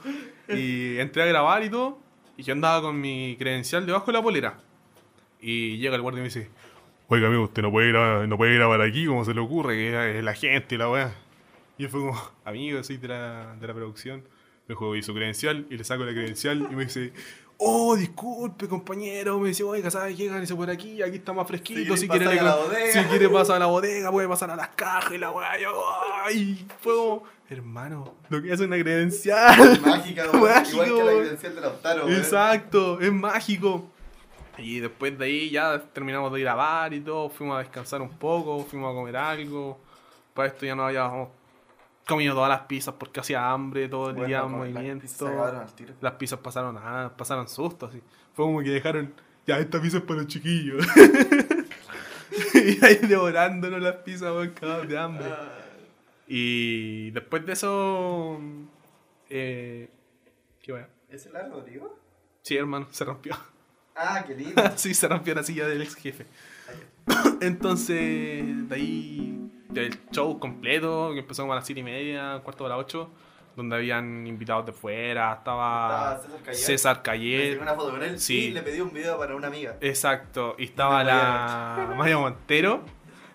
S1: Y entré a grabar y todo. Y yo andaba con mi credencial debajo de la polera. Y llega el guardia y me dice: Oiga, amigo, usted no puede, ir a- no puede grabar aquí, como se le ocurre, que es la gente y la weá. Y yo fue como: Amigo, soy de la, de la producción. Me juego y su credencial y le saco la credencial y me dice: Oh, disculpe, compañero. Me dice: Oiga, ¿sabes qué? Gánese por aquí, aquí está más fresquito.
S2: Si
S1: Si
S2: quiere
S1: quiere, le
S2: pasar a
S1: con-
S2: la bodega".
S1: si quiere pasar a la bodega, puede pasar a las cajas y la weá. Yo, ay, fue como: Hermano, lo que es una credencial.
S2: Mágica, weón.
S1: Mágico,
S2: Igual que la
S1: weón.
S2: credencial de Lautaro, weón.
S1: Exacto, es mágico. Y después de ahí ya terminamos de grabar y todo, fuimos a descansar un poco, fuimos a comer algo. Para esto ya no habíamos comido todas las pizzas porque hacía hambre todo el
S2: Bueno,
S1: día,
S2: como las pizzas se acabaron
S1: movimiento.
S2: al tiro.
S1: Las pizzas pasaron ah, pasaron susto, así. Fue como que dejaron, ya esta pizza es para los chiquillos. y ahí devorándonos las pizzas, weón, cagados de hambre.
S2: Ah.
S1: Y después de eso... Eh, ¿Qué bueno?
S2: ¿Es el ar, Rodrigo?
S1: Sí, hermano, se rompió.
S2: Ah, qué lindo.
S1: sí, se rompió la silla del ex jefe. Entonces, de ahí, del show completo, que empezó como a las 7 y media, cuarto de las 8, donde habían invitados de fuera, estaba
S2: Estaba César
S1: César Cayer.
S2: Cayer. Me saqué una foto con él
S1: Sí.
S2: y le pedí un video para una amiga.
S1: Exacto, y estaba
S2: Maya
S1: la Maya Montero.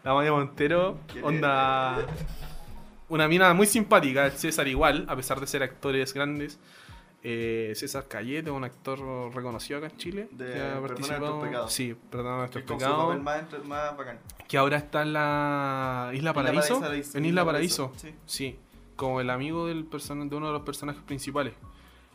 S1: La Maya Montero,
S2: ¿Quién
S1: onda. Una mina muy simpática, el César igual, a pesar de ser actores grandes. Eh, César Cayete, un actor reconocido acá en Chile.
S2: De
S1: que
S2: Perdona
S1: ha
S2: nuestros
S1: participado.
S2: pecados.
S1: Sí, perdona nuestros
S2: Es como su
S1: pecados.
S2: papel más, entre- más bacán.
S1: Que ahora está en la Isla Paraíso. en Isla Paraíso.
S2: Sí.
S1: Sí, como el amigo del persona- de uno de los personajes principales.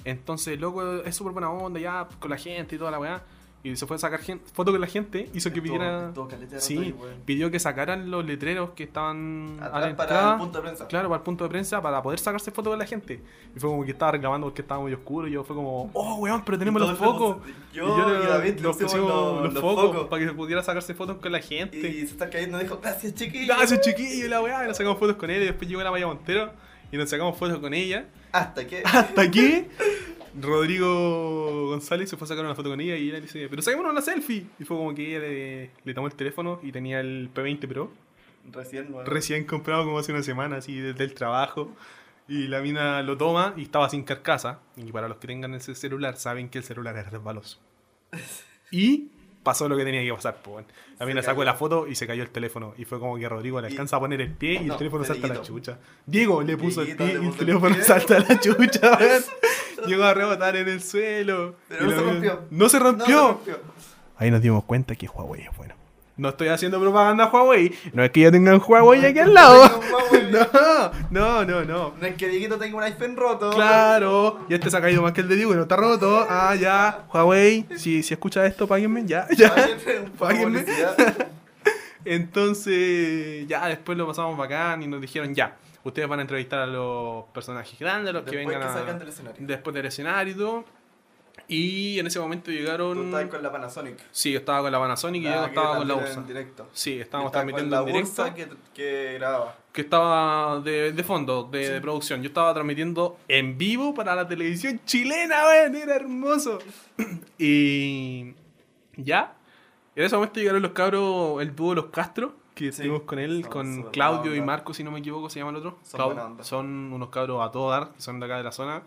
S1: Entonces, loco, es súper buena onda ya con la gente y toda la weá. Y se fue a sacar gen- foto con la gente, hizo que
S2: Estuvo-
S1: pidiera.
S2: estuvo caleta de rato ahí,
S1: Sí, Mm,
S2: weón.
S1: pidió que sacaran los letreros que estaban a la
S2: Atrás para
S1: entrada.
S2: el punto de prensa.
S1: Claro, para el punto de prensa, para poder sacarse fotos con la gente. Y fue como que estaba reclamando porque estaba muy oscuro. Y yo fue como, oh, weón, pero tenemos los
S2: Entonces,
S1: focos.
S2: Yo
S1: y yo
S2: y
S1: le-
S2: David le
S1: nos
S2: pusimos
S1: pusimos
S2: los,
S1: los,
S2: los
S1: focos,
S2: focos.
S1: para que se pudiera sacarse fotos con la gente.
S2: Y se está cayendo y dijo, gracias chiquillo.
S1: Gracias, chiquillo, y la weá. Y nos sacamos fotos con él. Y después llegó la Maya Montero. Y nos sacamos fotos con ella.
S2: Hasta que...
S1: Hasta que Rodrigo González se fue a sacar una foto con ella. Y ella le dice, pero saquémonos una selfie. Y fue como que ella le, le tomó el teléfono. Y tenía el P20 Pro.
S2: Recién, weón.
S1: Recién comprado como hace una semana, así desde el trabajo. Y la mina lo toma y estaba sin carcasa. Y para los que tengan ese celular, saben que el celular es resbaloso. Y pasó lo que tenía que pasar. po, weón. La
S2: Se
S1: mina sacó
S2: cayó.
S1: la foto y se cayó el teléfono. Y fue como que Rodrigo le
S2: Y-
S1: alcanza a poner el pie y el
S2: No,
S1: teléfono salta a la
S2: Dieguito.
S1: chucha. Diego le puso el
S2: Dieguito
S1: pie
S2: le
S1: y el
S2: puso el
S1: teléfono
S2: pie.
S1: salta a la chucha. weón. Llegó a rebotar en el suelo.
S2: Pero
S1: Y
S2: no
S1: la
S2: se
S1: mina-
S2: rompió.
S1: No se
S2: No,
S1: rompió.
S2: se rompió.
S1: Ahí nos dimos cuenta que Huawei es bueno. No estoy haciendo propaganda a Huawei. No es que yo tenga un Huawei aquí al lado. No, no, no, no.
S2: No es que Dieguito tenga un iPhone roto.
S1: Claro, ya este se ha caído más que el de Diego y no está roto. Ah, ya, Huawei, si, si escucha esto, páguenme, ya, ya.
S2: Páguenme un poco de
S1: Páguenme.
S2: publicidad.
S1: Entonces, ya después lo pasamos bacán y nos dijeron, ya, ustedes van a entrevistar a los personajes grandes, a los que
S2: Después
S1: vengan
S2: que
S1: a-
S2: salgan del escenario.
S1: después del escenario y todo. Y en ese momento
S2: Tú
S1: llegaron...
S2: estabas con la Panasonic.
S1: Sí, yo estaba con la Panasonic y
S2: Ah,
S1: yo
S2: que
S1: estaba con la
S2: transmiten
S1: USA.
S2: En directo.
S1: Sí, estábamos
S2: Estaba con
S1: transmitiendo
S2: la
S1: en directo.
S2: bolsa que, que grababa.
S1: que estaba de, de fondo, de,
S2: Sí.
S1: de producción. Yo estaba transmitiendo en vivo para la televisión chilena, weón, era hermoso. y ya, en ese momento llegaron los cabros, el dúo Los Castro, que
S2: Sí.
S1: estuvimos con él,
S2: Son
S1: con
S2: súper
S1: Claudio
S2: buena
S1: y
S2: onda.
S1: Marco, si no me equivoco, se llama el otro.
S2: Son buena onda.
S1: son unos cabros a todo dar, que son de acá de la zona.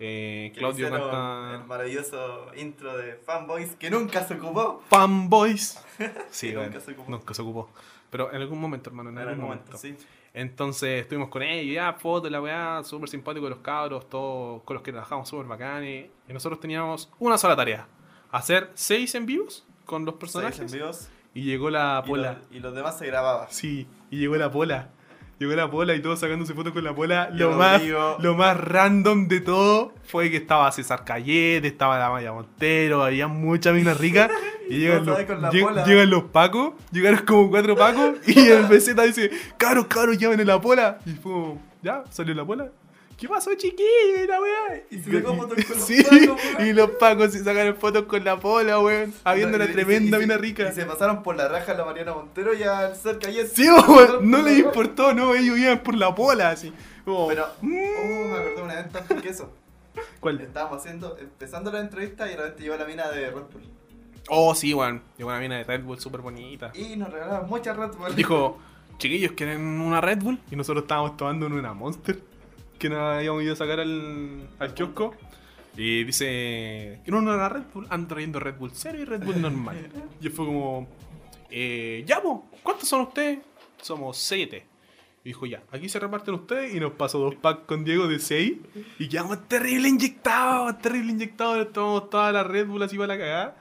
S1: Eh,
S2: Que
S1: Claudio
S2: hicieron
S1: canta...
S2: El maravilloso intro de Fanboys que nunca se ocupó.
S1: Fanboys. Sí,
S2: Que
S1: weón,
S2: nunca se ocupó.
S1: nunca se ocupó. Pero en algún momento, hermano, en,
S2: En
S1: algún
S2: algún
S1: momento.
S2: momento, sí.
S1: Entonces estuvimos con ellos, ya, foto, la weá, súper simpático los cabros, todos con los que trabajamos súper bacanes. Y nosotros teníamos una sola tarea: hacer seis en vivos con los personajes.
S2: Seis en vivos,
S1: Y llegó la
S2: y
S1: pola.
S2: los- Y, los demás se grababa.
S1: Sí, y llegó la pola. Llegó la pola y todos sacándose fotos con la pola.
S2: Y
S1: Lo
S2: el
S1: más,
S2: Rodrigo.
S1: lo más random de todo fue que estaba César Cayet, estaba la Maya Montero, había mucha mina rica. Y llegan los,
S2: todos con la
S1: lleg-
S2: pola.
S1: llegan los pacos, llegaron como cuatro pacos. Y el peseta dice: Caro, caro, llamen a la pola. Y fue como, ya, salió la pola. ¿Qué pasó, chiquillo? Y la weá.
S2: Y se sacó fotos con los
S1: Sí,
S2: pacos, weón.
S1: y los pacos se sacaron fotos con la pola, weón. Habiendo
S2: Y-
S1: una
S2: y-
S1: Ah, tremenda
S2: y-
S1: mina rica.
S2: Y se pasaron por la raja a la Mariana Montero y al cerca y
S1: Sí, weón, no les importó, no, ellos iban por la pola, así. Como,
S2: Pero, oh,
S1: mm,
S2: me acordé de una vez tan queso.
S1: ¿Cuál?
S2: Estábamos haciendo, empezando la entrevista y de repente llegó la mina de Red Bull.
S1: Oh, sí, weón. Llegó una mina de Red Bull súper bonita.
S2: Y nos regalaban muchas Red Bull.
S1: Dijo, chiquillos, ¿quieren una Red Bull? Y nosotros estábamos tomando una Monster que nos habíamos ido a sacar al, al kiosco. Y dice, ¿quieren una Red Bull? Ando trayendo Red Bull cero y Red Bull normal. y fue como, eh, ya, po, ¿cuántos son ustedes? Somos siete. Y dijo, ya, aquí se reparten ustedes y nos pasó dos packs con Diego de seis. Y quedamos terrible inyectados, terrible inyectados. Nos tomamos toda la Red Bull así para la cagada.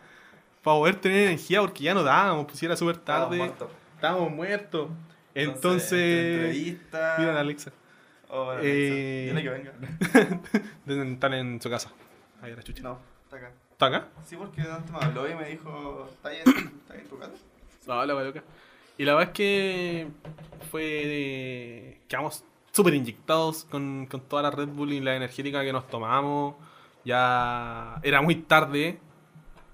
S1: Para poder tener energía porque ya no dábamos, pues si era súper
S2: Estábamos
S1: tarde.
S2: muertos.
S1: Estamos muertos.
S2: entre
S1: Entonces.
S2: entrevistas,
S1: Miren a Alexa.
S2: oh, bueno,
S1: eh,
S2: Alexa, dile que venga.
S1: Deben estar en su casa. Ahí era chucha.
S2: No, está acá.
S1: ¿Está acá?
S2: Sí, porque antes me habló y me dijo, ¿está ahí en, está ahí en tu casa?
S1: No, la loca. Y la verdad es que fue de... Quedamos súper inyectados con, con toda la Red Bull y la energética que nos tomamos. Ya era muy tarde.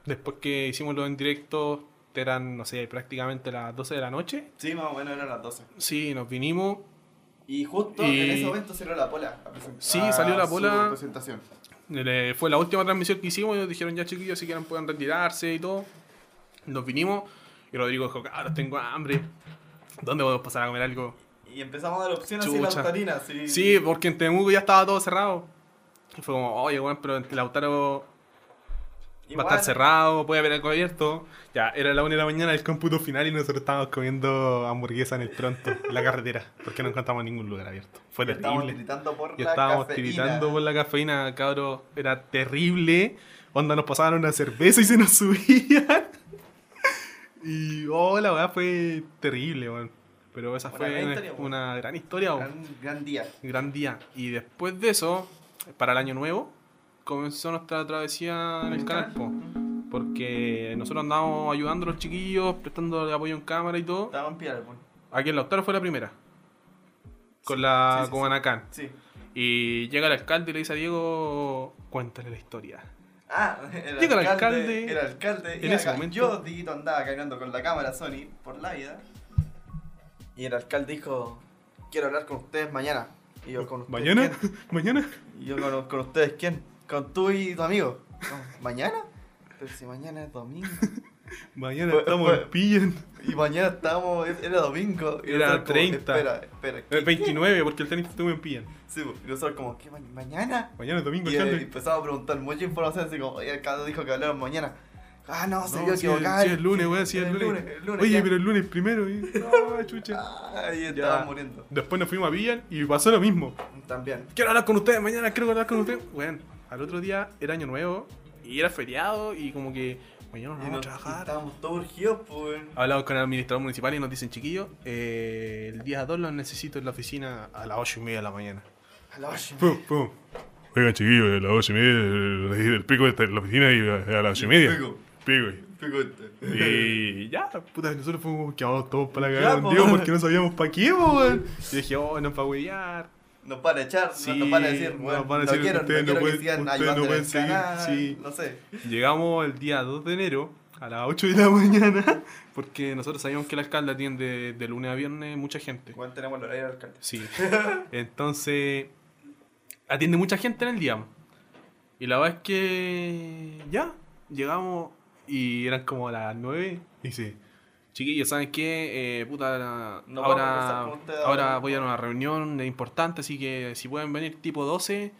S1: Después que hicimos los en directo, eran, no sé, prácticamente las 12 de la noche.
S2: Sí, más o menos eran las 12.
S1: Sí, nos vinimos.
S2: Y justo
S1: Y-
S2: en ese momento salió la pola. a presentar
S1: Sí, salió la
S2: su
S1: Pola.
S2: presentación.
S1: Le- fue la última transmisión que hicimos y nos dijeron ya chiquillos si quieren pueden retirarse y todo. Nos vinimos y Rodrigo dijo, cabros, tengo hambre. ¿Dónde podemos pasar a comer algo?
S2: Y empezamos a dar opciones así
S1: Chucha.
S2: lautarinas. Sí.
S1: Sí, porque en Temuco ya estaba todo cerrado. Y fue como, oye, bueno, pero en Lautaro va
S2: Igual,
S1: a estar cerrado, puede haber algo abierto. Ya, era la una de la mañana el cómputo final y nosotros estábamos comiendo hamburguesa en el pronto, en la carretera, porque no encontramos ningún lugar abierto. Fue
S2: y Estábamos
S1: terrible.
S2: gritando por
S1: Y
S2: la
S1: estábamos
S2: cafeína.
S1: tiritando por la cafeína, cabros. Era terrible. Onda, nos pasaban una cerveza y se nos subía. Y oh, la verdad fue terrible, weón. Pero esa
S2: Una
S1: fue
S2: gran
S1: una-
S2: historia, weón.
S1: una gran historia, weón.
S2: Gran, gran día.
S1: Gran día. Y después de eso, para el año nuevo, comenzó nuestra travesía en el canal, po. Porque nosotros andábamos ayudando a los chiquillos, prestando apoyo en cámara y todo.
S2: Estábamos en Pilar,
S1: Aquí en Lautaro fue la primera. Con la
S2: sí, sí,
S1: con
S2: sí.
S1: Anacán.
S2: Sí.
S1: Y llega el alcalde y le dice a Diego, cuéntale la historia.
S2: Ah, el
S1: Llega el
S2: alcalde.
S1: alcalde,
S2: El alcalde.
S1: en
S2: y
S1: ese
S2: acá,
S1: momento-
S2: Yo, Diguito, andaba cargando con la cámara Sony por la vida. Y el alcalde dijo: Quiero hablar con ustedes mañana. Y yo con ustedes.
S1: ¿Mañana?
S2: quién?".
S1: ¿Mañana?
S2: Y yo con, con ustedes, ¿quién? Con tú y tu amigo. No, ¿Mañana? Pero si mañana es domingo.
S1: Mañana
S2: Fue-
S1: estamos
S2: fue-
S1: en pillen.
S2: Y mañana estábamos, era domingo. Y
S1: Era
S2: nosotros como,
S1: 30.
S2: espera, espera. ¿qué-
S1: Eh, 29, porque el tenis estuvo en pillen.
S2: qué? Sí, pues, y nosotros como, ¿qué ma- mañana?
S1: Mañana es domingo,
S2: Y
S1: el
S2: eh,
S1: Calde.
S2: empezamos a preguntar mucha información, así como, oye, el Carlos dijo que hablaron mañana. Ah, no, se
S1: No,
S2: dio
S1: sí,
S2: equivocar.
S1: sí, es lunes, weón, sí, es
S2: El
S1: lunes.
S2: lunes, el lunes,
S1: Oye,
S2: ya.
S1: pero el lunes primero. eh. No, chucha.
S2: Ahí
S1: Ya.
S2: estaba muriendo.
S1: Después nos fuimos a pillen y pasó lo mismo.
S2: También.
S1: Quiero hablar con ustedes, mañana quiero hablar con ustedes. Bueno, al otro día era año nuevo y era feriado y como que mañana no
S2: Y
S1: vamos a
S2: nos, y
S1: trabajar.
S2: estábamos todos urgidos, pues.
S1: Hablamos con el administrador municipal y nos dicen, chiquillos, eh, el día 2 los necesito en la oficina a las 8 y media de la mañana.
S2: A la ocho.
S1: Pum, pum.
S4: Oigan, chiquillos, a las ocho y media, eh, ahí del pico está en la oficina y a a las ocho y media.
S2: Pico.
S4: Pico.
S2: Pico este.
S1: Y ya, puta, nosotros fuimos quedados todos para la
S2: Ya,
S1: cagada con
S2: po.
S1: Diego porque no sabíamos para qué, po, weón. Y dije, oh, no para huevear.
S2: Nos van a echar,
S1: Sí,
S2: nos van a decir,
S1: nos
S2: bueno,
S1: van a
S2: no
S1: decir,
S2: quiero, no
S1: ustedes no
S2: quiero que
S1: pueden-
S2: sigan
S1: ustedes no
S2: ayudando en
S1: pueden
S2: el
S1: seguir,
S2: canal,
S1: sí.
S2: no sé.
S1: Llegamos el día 2 de enero a las 8 de la mañana porque nosotros sabíamos que el alcalde atiende de lunes a viernes mucha gente.
S2: Igual tenemos el horario del alcalde.
S1: Sí. Entonces, atiende mucha gente en el día. Y la verdad es que ya, llegamos y eran como las 9. Y dice, chiquillos, ¿saben qué? Eh, puta,
S2: No vamos a
S1: ahora,
S2: conversar con ustedes
S1: ahora
S2: ahora.
S1: voy a una reunión importante, así que si pueden venir tipo 12,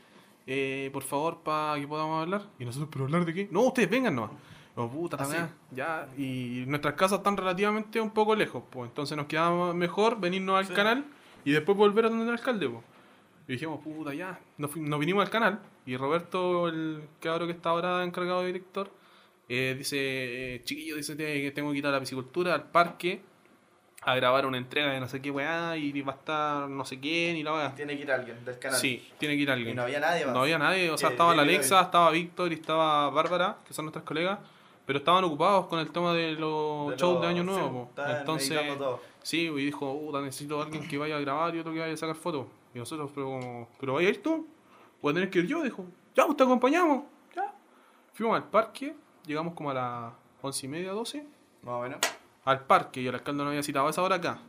S1: eh, por favor, para que podamos hablar. Y nosotros, ¿pero hablar de qué? No, ustedes vengan nomás. Oh, puta, la
S2: Ah, sí.
S1: weá, ya. Y nuestras casas están relativamente un poco lejos, pues. Entonces nos quedaba mejor venirnos al
S2: Sí.
S1: canal y después volver a donde el alcalde, pues. Y dijimos, puta, ya. Nos, fui- nos vinimos al canal. Y Roberto, el cabro que está ahora encargado de director, eh, dice, eh, chiquillo, dice te- que tengo que ir a la piscicultura, al parque, a grabar una entrega de no sé qué weá, y va a estar no sé quién, y la weá.
S2: Tiene que ir alguien del canal.
S1: Sí, tiene que ir
S2: Y
S1: alguien.
S2: no había nadie más.
S1: No había nadie, o sea,
S2: Eh,
S1: estaba la
S2: David,
S1: Alexa,
S2: David.
S1: estaba Víctor y estaba Bárbara, que son nuestras colegas, pero estaban ocupados con el tema de los
S2: Pero
S1: shows de Año
S2: sí,
S1: Nuevo. po.
S2: estaban
S1: Entonces,
S2: editando todo.
S1: sí, y dijo, puta, necesito a alguien que vaya a grabar y otro que vaya a sacar fotos. Y nosotros, pero, como, ¿pero vaya a ir tú? Voy a tener que ir yo, dijo, ya, pues te acompañamos, ya. Fuimos al parque, llegamos como a las once y media, doce,
S2: Más o menos.
S1: al parque, y el alcalde no había citado a esa hora acá.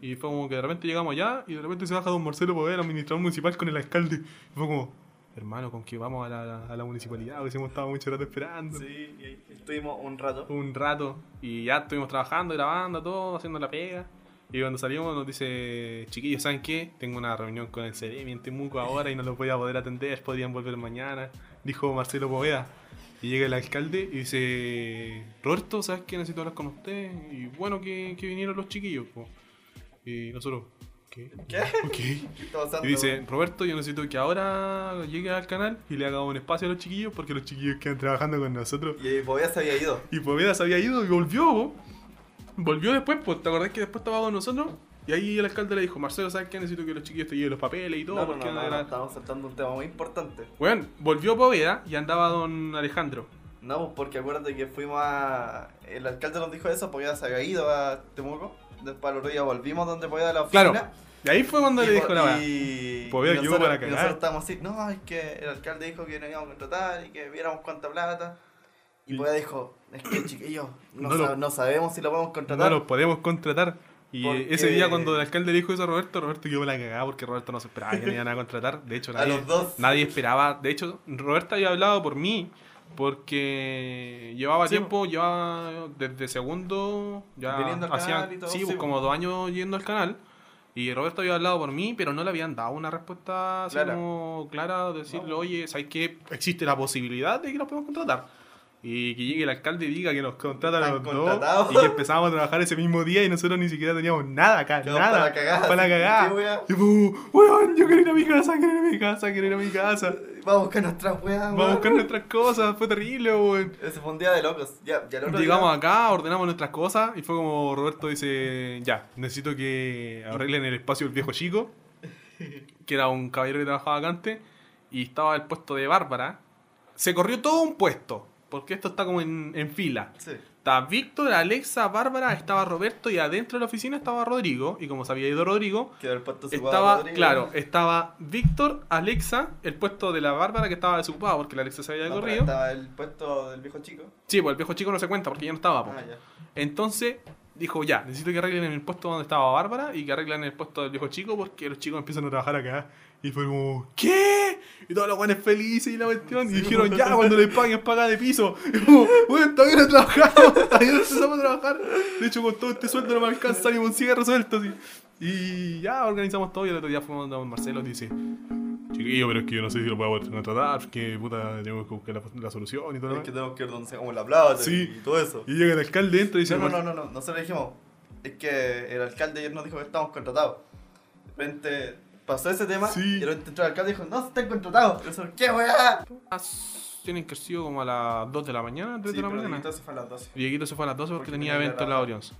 S1: Y fue como que de repente llegamos allá y de repente se baja don Marcelo para ver al administrador municipal con el alcalde. Y fue como, hermano, con que vamos a la, a la municipalidad, porque hemos estado mucho rato esperando.
S2: Sí, y ahí estuvimos un rato.
S1: Un rato. Y ya estuvimos trabajando, grabando, todo, haciendo la pega. Y cuando salimos nos dice, chiquillos, ¿saben qué? Tengo una reunión con el CDM en Temuco ahora y no los voy a poder atender, podrían volver mañana. Dijo Marcelo Poveda. Y llega el alcalde y dice, Roberto, ¿sabes qué? Necesito hablar con usted. Y bueno, que, que vinieron los chiquillos. po". Y nosotros, ¿qué?
S2: ¿Qué?
S1: Ok.
S2: ¿Qué está pasando?
S1: Y dice, Roberto, yo necesito que ahora llegue al canal y le haga un espacio a los chiquillos porque los chiquillos quedan trabajando con nosotros.
S2: Y ahí Bobea se había ido.
S1: Y Poveda se había ido y volvió, po. Volvió después, pues, ¿te acordás que después estaba con nosotros? Y ahí el alcalde le dijo, Marcelo, ¿sabes qué? Necesito que los chiquillos te lleven los papeles y todo,
S2: No, no,
S1: porque
S2: no,
S1: no,
S2: no,
S1: era-
S2: no, estábamos saltando un tema muy importante.
S1: Bueno, volvió Poveda y andaba don Alejandro.
S2: No, porque acuérdate que fuimos a. El alcalde nos dijo eso porque ya se había ido a Temuco. Después al otro día volvimos donde podía la oficina.
S1: Claro. Y ahí fue cuando le
S2: Y
S1: dijo
S2: po-
S1: la verdad.
S2: y,
S1: Podía
S2: y
S1: que hubo
S2: nosotros,
S1: para
S2: y
S1: cagar.
S2: nosotros estábamos así, no, es que el alcalde dijo que no íbamos a contratar y que viéramos cuánta plata. Y
S1: Y-
S2: Podía dijo, es que chiquillos, no,
S1: No lo-
S2: sab- no sabemos si lo podemos
S1: No
S2: contratar.
S1: los podemos contratar. Y eh,
S2: Porque-
S1: ese día cuando el alcalde le dijo eso a Roberto, Roberto quedó para la cagada porque Roberto no se esperaba que le iban a contratar. De hecho,
S2: A
S1: nadie,
S2: los dos.
S1: nadie esperaba. De hecho, Roberto había hablado por mí porque llevaba
S2: Sí,
S1: tiempo, llevaba desde segundo, ya
S2: Viniendo al
S1: hacían-
S2: canal y todo,
S1: sí,
S2: sí,
S1: pues,
S2: po.
S1: como dos años yendo al canal. Y Roberto había hablado por mí, pero no le habían dado una respuesta así
S2: Clara.
S1: como clara, decirle,
S2: No.
S1: oye, ¿sabes qué? Existe la posibilidad de que nos podemos contratar. Y que llegue el alcalde y diga que nos contratan a los
S2: Están
S1: dos
S2: contratados.
S1: y que empezábamos a trabajar ese mismo día y nosotros ni siquiera teníamos nada acá,
S2: Quedamos
S1: nada.
S2: para la cagada,
S1: Para la
S2: así,
S1: cagada.
S2: ¿qué wea?
S1: Tipo, weón, yo quiero ir a mi casa, quiero ir a mi casa, quiero ir a mi casa.
S2: Vamos a buscar nuestras weas.
S1: Vamos a buscar nuestras cosas, fue terrible, weón.
S2: Ese fue un día de locos. Ya, ya el otro
S1: Llegamos
S2: día-
S1: acá, ordenamos nuestras cosas y fue como Roberto dice, ya, necesito que arreglen el espacio del viejo chico, que era un caballero que trabajaba acá antes, y estaba el puesto de Bárbara. Se corrió todo un puesto, porque esto está como en, en fila.
S2: Sí.
S1: Estaba Víctor, Alexa, Bárbara, estaba Roberto y adentro de la oficina estaba Rodrigo, y como se había ido Rodrigo,
S2: Quedó el puesto ocupado
S1: estaba,
S2: Rodrigo.
S1: claro, estaba Víctor, Alexa, el puesto de la Bárbara que estaba desocupado porque la Alexa se había
S2: No, pero
S1: corrido.
S2: estaba el puesto del viejo chico.
S1: Sí, pues el viejo chico no se cuenta porque ya no estaba. po.
S2: Ah, ya.
S1: Entonces dijo, ya, necesito que arreglen el puesto donde estaba Bárbara y que arreglen el puesto del viejo chico porque los chicos empiezan a trabajar acá. Y fue como, ¿qué? Y todos los guanes felices y la cuestión. Y dijeron, ya, cuando les paguen, paga de piso. Y como, bueno, todavía no trabajamos, todavía no empezamos a trabajar. De hecho, con todo este sueldo no me alcanza ni un cigarro suelto. Así. Y ya organizamos todo. Y el otro día fuimos a don Marcelo y dice,
S4: Chiquillo, pero es que yo no sé si lo puedo contratar, porque puta, tengo que buscar la, la solución y todo lo
S2: Es que
S4: demás.
S2: tenemos que ir donde sea, como la plata
S4: Sí.
S2: y todo eso.
S4: Y llega el alcalde, entra y dice,
S2: No, no,
S1: pues,
S2: no, no, no, nosotros dijimos, es que el alcalde ayer nos dijo que estábamos contratados. De repente pasó ese tema
S4: Sí.
S2: y de repente entró el alcalde y dijo, no, están contratados. Y nosotros, ¿qué weá?
S1: "As- tienen que haber sido como a las 2 de la mañana, 3 de la mañana.
S2: entonces fue a las 12.
S1: Dieguito se fue a las 12 porque,
S2: Porque
S1: tenía
S2: tenía que
S1: evento en la
S2: grabar.
S1: Orions.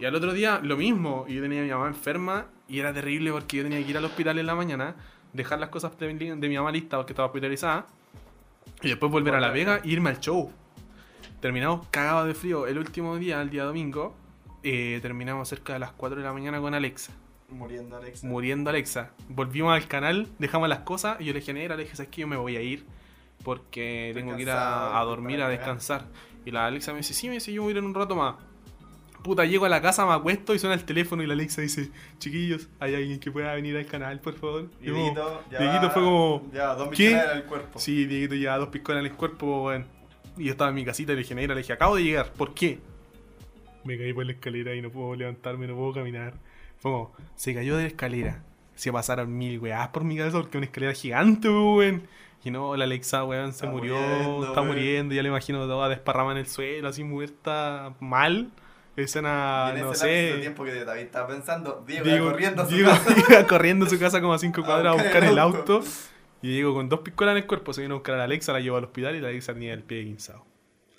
S1: Y al otro día lo mismo, y yo tenía a mi mamá enferma y era terrible porque yo tenía que ir al hospital en la mañana, dejar las cosas de mi, de mi mamá lista porque estaba hospitalizada, y después volver a La Vega e irme al show. Terminamos cagados de frío el último día, el día domingo, eh, terminamos cerca de las 4 de la mañana con Alexa
S2: Muriendo Alex.
S1: muriendo Alexa. Volvimos al canal, dejamos las cosas y yo le dije, negra, Alexa, es que yo me voy a ir porque
S2: Estoy
S1: tengo que ir
S2: cansado,
S1: a, a
S2: estoy
S1: dormir,
S2: para
S1: a
S2: cagar".
S1: descansar. Y la Alexa me dice, sí, me dice, yo voy a ir en un rato más. Puta, llego a la casa, me acuesto y suena el teléfono y la Alexa dice, chiquillos, ¿hay alguien que pueda venir al canal, por favor?
S2: Y
S1: Y como,
S2: Dieguito, ya.
S1: Dieguito fue como,
S2: Ya, dos
S1: ¿qué?
S2: millones en el cuerpo.
S1: sí, Dieguito lleva dos piscolas en el cuerpo, weón. Y yo estaba en mi casita y le dije, negra, le dije, acabo de llegar, ¿por qué? Me caí por la escalera y no puedo levantarme, no puedo caminar. Fue como, se cayó de la escalera. Se pasaron mil weás por mi cabeza porque es una escalera gigante, weón. Y no, la Alexa, weón, se
S2: Está
S1: murió,
S2: muriendo,
S1: está
S2: weón.
S1: muriendo. Ya le imagino toda desparrama en el suelo, así muerta, mal.
S2: Y
S1: Escena,
S2: en
S1: ah, no
S2: ese lapso de
S1: sé.
S2: tiempo que David estaba pensando, Diego, iba
S1: Diego,
S2: corriendo a su
S1: Diego
S2: casa.
S1: iba corriendo a su casa como a cinco
S2: A
S1: cuadras a
S2: buscar
S1: buscar
S2: el
S1: el
S2: auto.
S1: auto. Y Diego con dos piscolas en el cuerpo se vino a buscar a la Alexa, la llevó al hospital y la Alexa tenía el pie guinzado.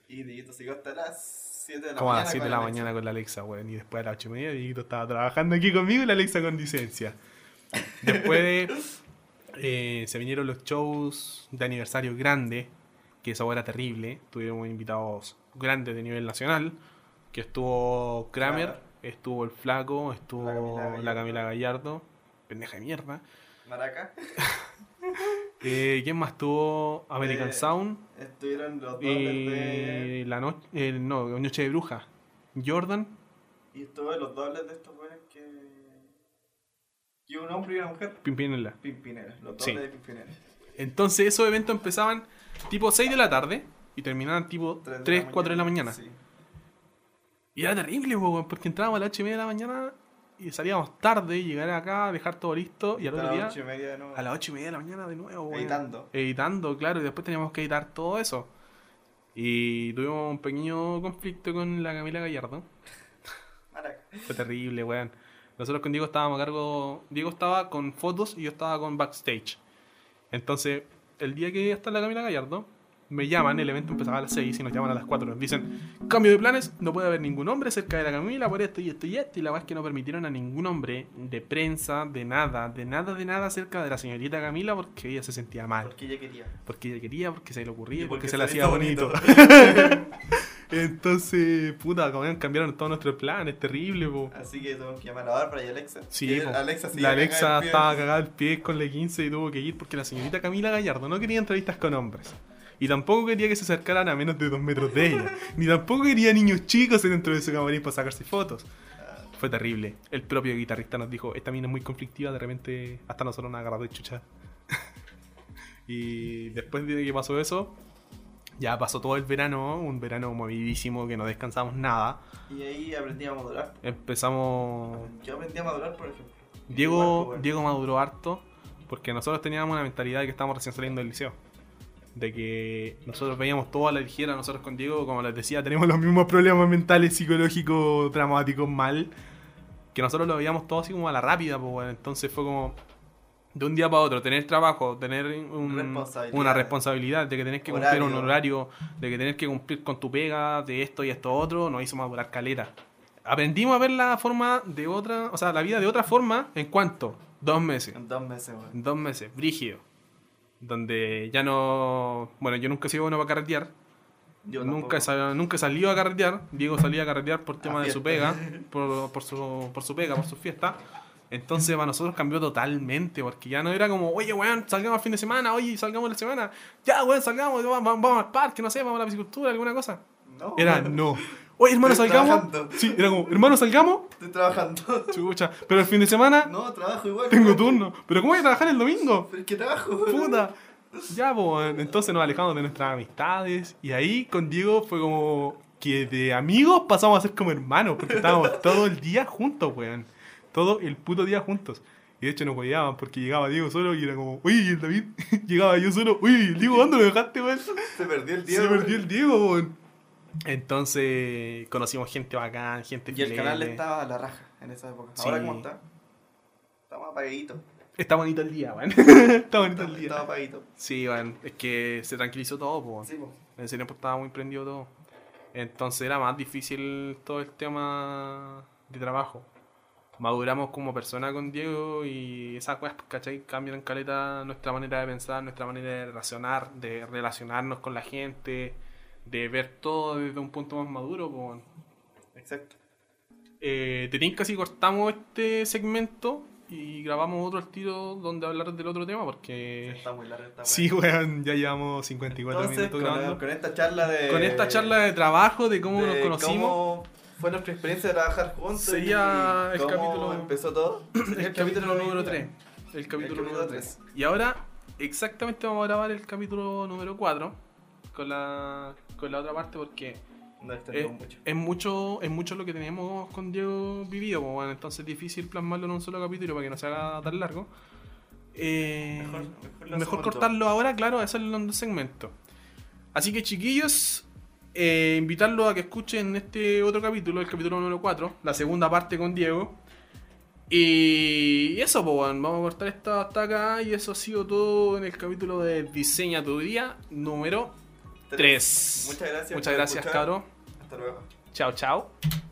S2: Y Dieguito siguió hasta las 7 de la
S1: Como a
S2: mañana.
S1: las 7 de
S2: con
S1: la
S2: Alexa.
S1: mañana con la Alexa, weón. Y después a las 8 y media, Dieguito estaba trabajando aquí conmigo y la Alexa con licencia. Después de- eh, se vinieron los shows de aniversario grande, que esa hora era terrible. Tuvimos invitados grandes de nivel nacional, que estuvo Kramer,
S2: Kramer.
S1: estuvo El Flaco, estuvo la
S2: La Camila
S1: Camila Gallardo,
S2: Gallardo.
S1: pendeja de mierda.
S2: Maraca.
S1: Eh, ¿Quién más estuvo? American
S2: Eh,
S1: Sound.
S2: Estuvieron los dos desde...
S1: Y la noche, el- no, Noche de Bruja. Jordan,
S2: Y estuve los dobles de estos güeyes que. que un hombre y una mujer.
S1: Pimpinela.
S2: Pimpinera, los dobles
S1: Sí.
S2: de Pimpinera.
S1: Entonces esos eventos empezaban tipo 6 de la tarde y terminaban tipo 3, 4 de la mañana.
S2: Sí.
S1: Y era terrible, weón, porque entrábamos a las 8 y media de la mañana y salíamos tarde, llegar acá, dejar todo listo y al otro
S2: Hasta las
S1: día
S2: ocho y media de nuevo.
S1: a las 8 y media de la mañana de nuevo, weón.
S2: Editando.
S1: Editando, claro, y después teníamos que editar todo eso. Y tuvimos un pequeño conflicto con la Camila Gallardo.
S2: Maraca.
S1: Fue terrible, weón. Nosotros con Diego estábamos a cargo. Diego estaba con fotos y yo estaba con backstage. Entonces, el día que está la Camila Gallardo, me llaman, el evento empezaba a las 6 y nos llaman a las 4. Nos dicen, cambio de planes, no puede haber ningún hombre cerca de la Camila por esto y esto y esto. Y la verdad es que no permitieron a ningún hombre de prensa, de nada, de nada, de nada cerca de la señorita Camila porque ella se sentía mal.
S2: Porque ella quería.
S1: Porque ella quería, porque se le ocurría,
S2: Y
S1: Ah. porque,
S2: porque
S1: se
S2: se
S1: le
S2: le
S1: hacía
S2: hizo
S1: bonito.
S2: bonito.
S1: Entonces, puta, como cambiaron todos nuestros planes, terrible, po.
S2: Así que tuvimos que llamar a Bárbara y a Alexa.
S1: Sí,
S2: Y
S1: po.
S2: Alexa sí.
S1: la Alexa estaba cagada al pie con la 15 y tuvo que ir porque la señorita Camila Gallardo no quería entrevistas con hombres. Y tampoco quería que se acercaran a menos de dos metros de ella. Ni tampoco quería niños chicos dentro de su camarín para sacarse fotos. Fue terrible. El propio guitarrista nos dijo, esta mina es muy conflictiva, de repente hasta nosotros nos agarramos de chucha. y después de que pasó eso, ya pasó todo el verano, un verano movidísimo que no descansamos nada.
S2: Y ahí aprendí a madurar.
S1: Empezamos...
S2: Yo aprendí a madurar, por ejemplo. Igual,
S1: Diego,
S2: pues,
S1: Diego maduró harto porque nosotros teníamos una mentalidad de que estábamos recién saliendo del liceo. De que nosotros veíamos todo a la ligera, nosotros con Diego, como les decía, tenemos los mismos problemas mentales, psicológicos, traumáticos, mal. Que nosotros lo veíamos todo así como a la rápida, pues bueno. Entonces fue como de un día para otro, tener trabajo, tener un-
S2: Responsabilidades.
S1: una responsabilidad, de que tenés que cumplir un horario, de que tenés que cumplir con tu pega, de esto y esto otro, nos hizo madurar caleta aprendimos a ver la forma de otra, o sea, la vida de otra forma en cuánto? Dos meses.
S2: En dos meses, weón.
S1: Dos meses, brígido. Donde ya no. Bueno, yo nunca he sido bueno para carretear.
S2: Yo
S1: nunca, he
S2: tampoco.
S1: sal- nunca he salido a carretear. Diego salía a carretear por tema
S2: A
S1: de su pega,
S2: fiesta.
S1: por, por su, por su pega, por su fiesta. Entonces para nosotros cambió totalmente, porque ya no era como, oye, weón, salgamos el fin de semana, oye, salgamos la semana, ya, weón, salgamos, vamos, vamos al parque, no sé, vamos a la piscicultura, alguna cosa.
S2: No,
S1: Era,
S2: weón.
S1: no. Oye, hermano,
S2: Estoy
S1: salgamos.
S2: trabajando.
S1: Sí, era como, hermano, salgamos.
S2: Estoy trabajando.
S1: Chucha. Pero el fin de semana
S2: No, trabajo igual.
S4: Tengo
S2: weón.
S4: turno. ¿Pero cómo voy a trabajar el domingo?
S2: Pero es que trabajo, weón.
S4: Puta. Ya, pues, entonces nos alejamos de nuestras amistades. Y ahí con Diego fue como que de amigos pasamos a ser como hermanos. Porque estábamos todo el día juntos, weón. Todo el puto día juntos. Y de hecho nos guiaban porque llegaba Diego solo y era como, uy, el David. llegaba yo solo, uy, el Diego, ¿dónde lo dejaste, weón?
S2: Se perdió el día.
S4: Se
S2: weón.
S4: perdió el Diego, weón. Entonces conocimos gente bacán, gente
S2: Y el canal
S4: filete.
S2: estaba a la raja en esa época.
S4: Sí.
S2: Ahora, ¿cómo está? Está más apagadito.
S1: Está bonito el día, weón. Está bonito
S2: Está,
S1: el
S2: está
S1: día.
S2: apagadito.
S1: Sí, weón. Es que se tranquilizó todo, po. weón.
S2: Sí, po.
S1: En ese tiempo estaba muy prendido todo. Entonces era más difícil todo el tema de trabajo. Maduramos como persona con Diego y esas cosas, ¿cachai? Cambian en caleta nuestra manera de pensar, nuestra manera de relacionar, de relacionarnos con la gente, de ver todo desde un punto más maduro. po, weón.
S2: Exacto.
S1: Eh, te tinca si cortamos este segmento y grabamos otro al tiro donde hablar del otro tema porque...
S2: Está muy larga esta weá.
S4: Sí, weón, ya llevamos 54
S2: Entonces,
S4: minutos grabando.
S2: con, con esta charla de.
S1: Con esta charla de trabajo, de cómo nos
S2: de
S1: conocimos.
S2: cómo fue nuestra experiencia de trabajar juntos. y
S1: Sería el
S2: cómo
S1: capítulo-
S2: empezó todo.
S1: El, capítulo número 3. El capítulo
S2: capítulo
S1: número 3.
S2: tres.
S1: Y ahora, exactamente vamos a grabar el capítulo número 4 con la, con la otra parte porque
S2: No extendimos
S1: es,
S2: mucho.
S1: es mucho es mucho lo que tenemos con Diego vivido. pues, bueno, entonces es difícil plasmarlo en un solo capítulo para que no se haga tan largo. Eh,
S2: Mejor-
S1: mejor
S2: mejor lo hacemos
S1: cortarlo ahora, claro, hacerlo en dos segmentos. Así que chiquillos, eh, invitarlos a que escuchen este otro capítulo, el capítulo número 4, la segunda parte con Diego. Y eso, pues, weón, vamos a cortar esta hasta acá y eso ha sido todo en el capítulo de Diseña tu Día número 3.
S2: Muchas gracias
S1: Muchas
S2: por
S1: gracias,
S2: escuchar.
S1: cabros.
S2: Hasta luego.
S1: Chao, chao.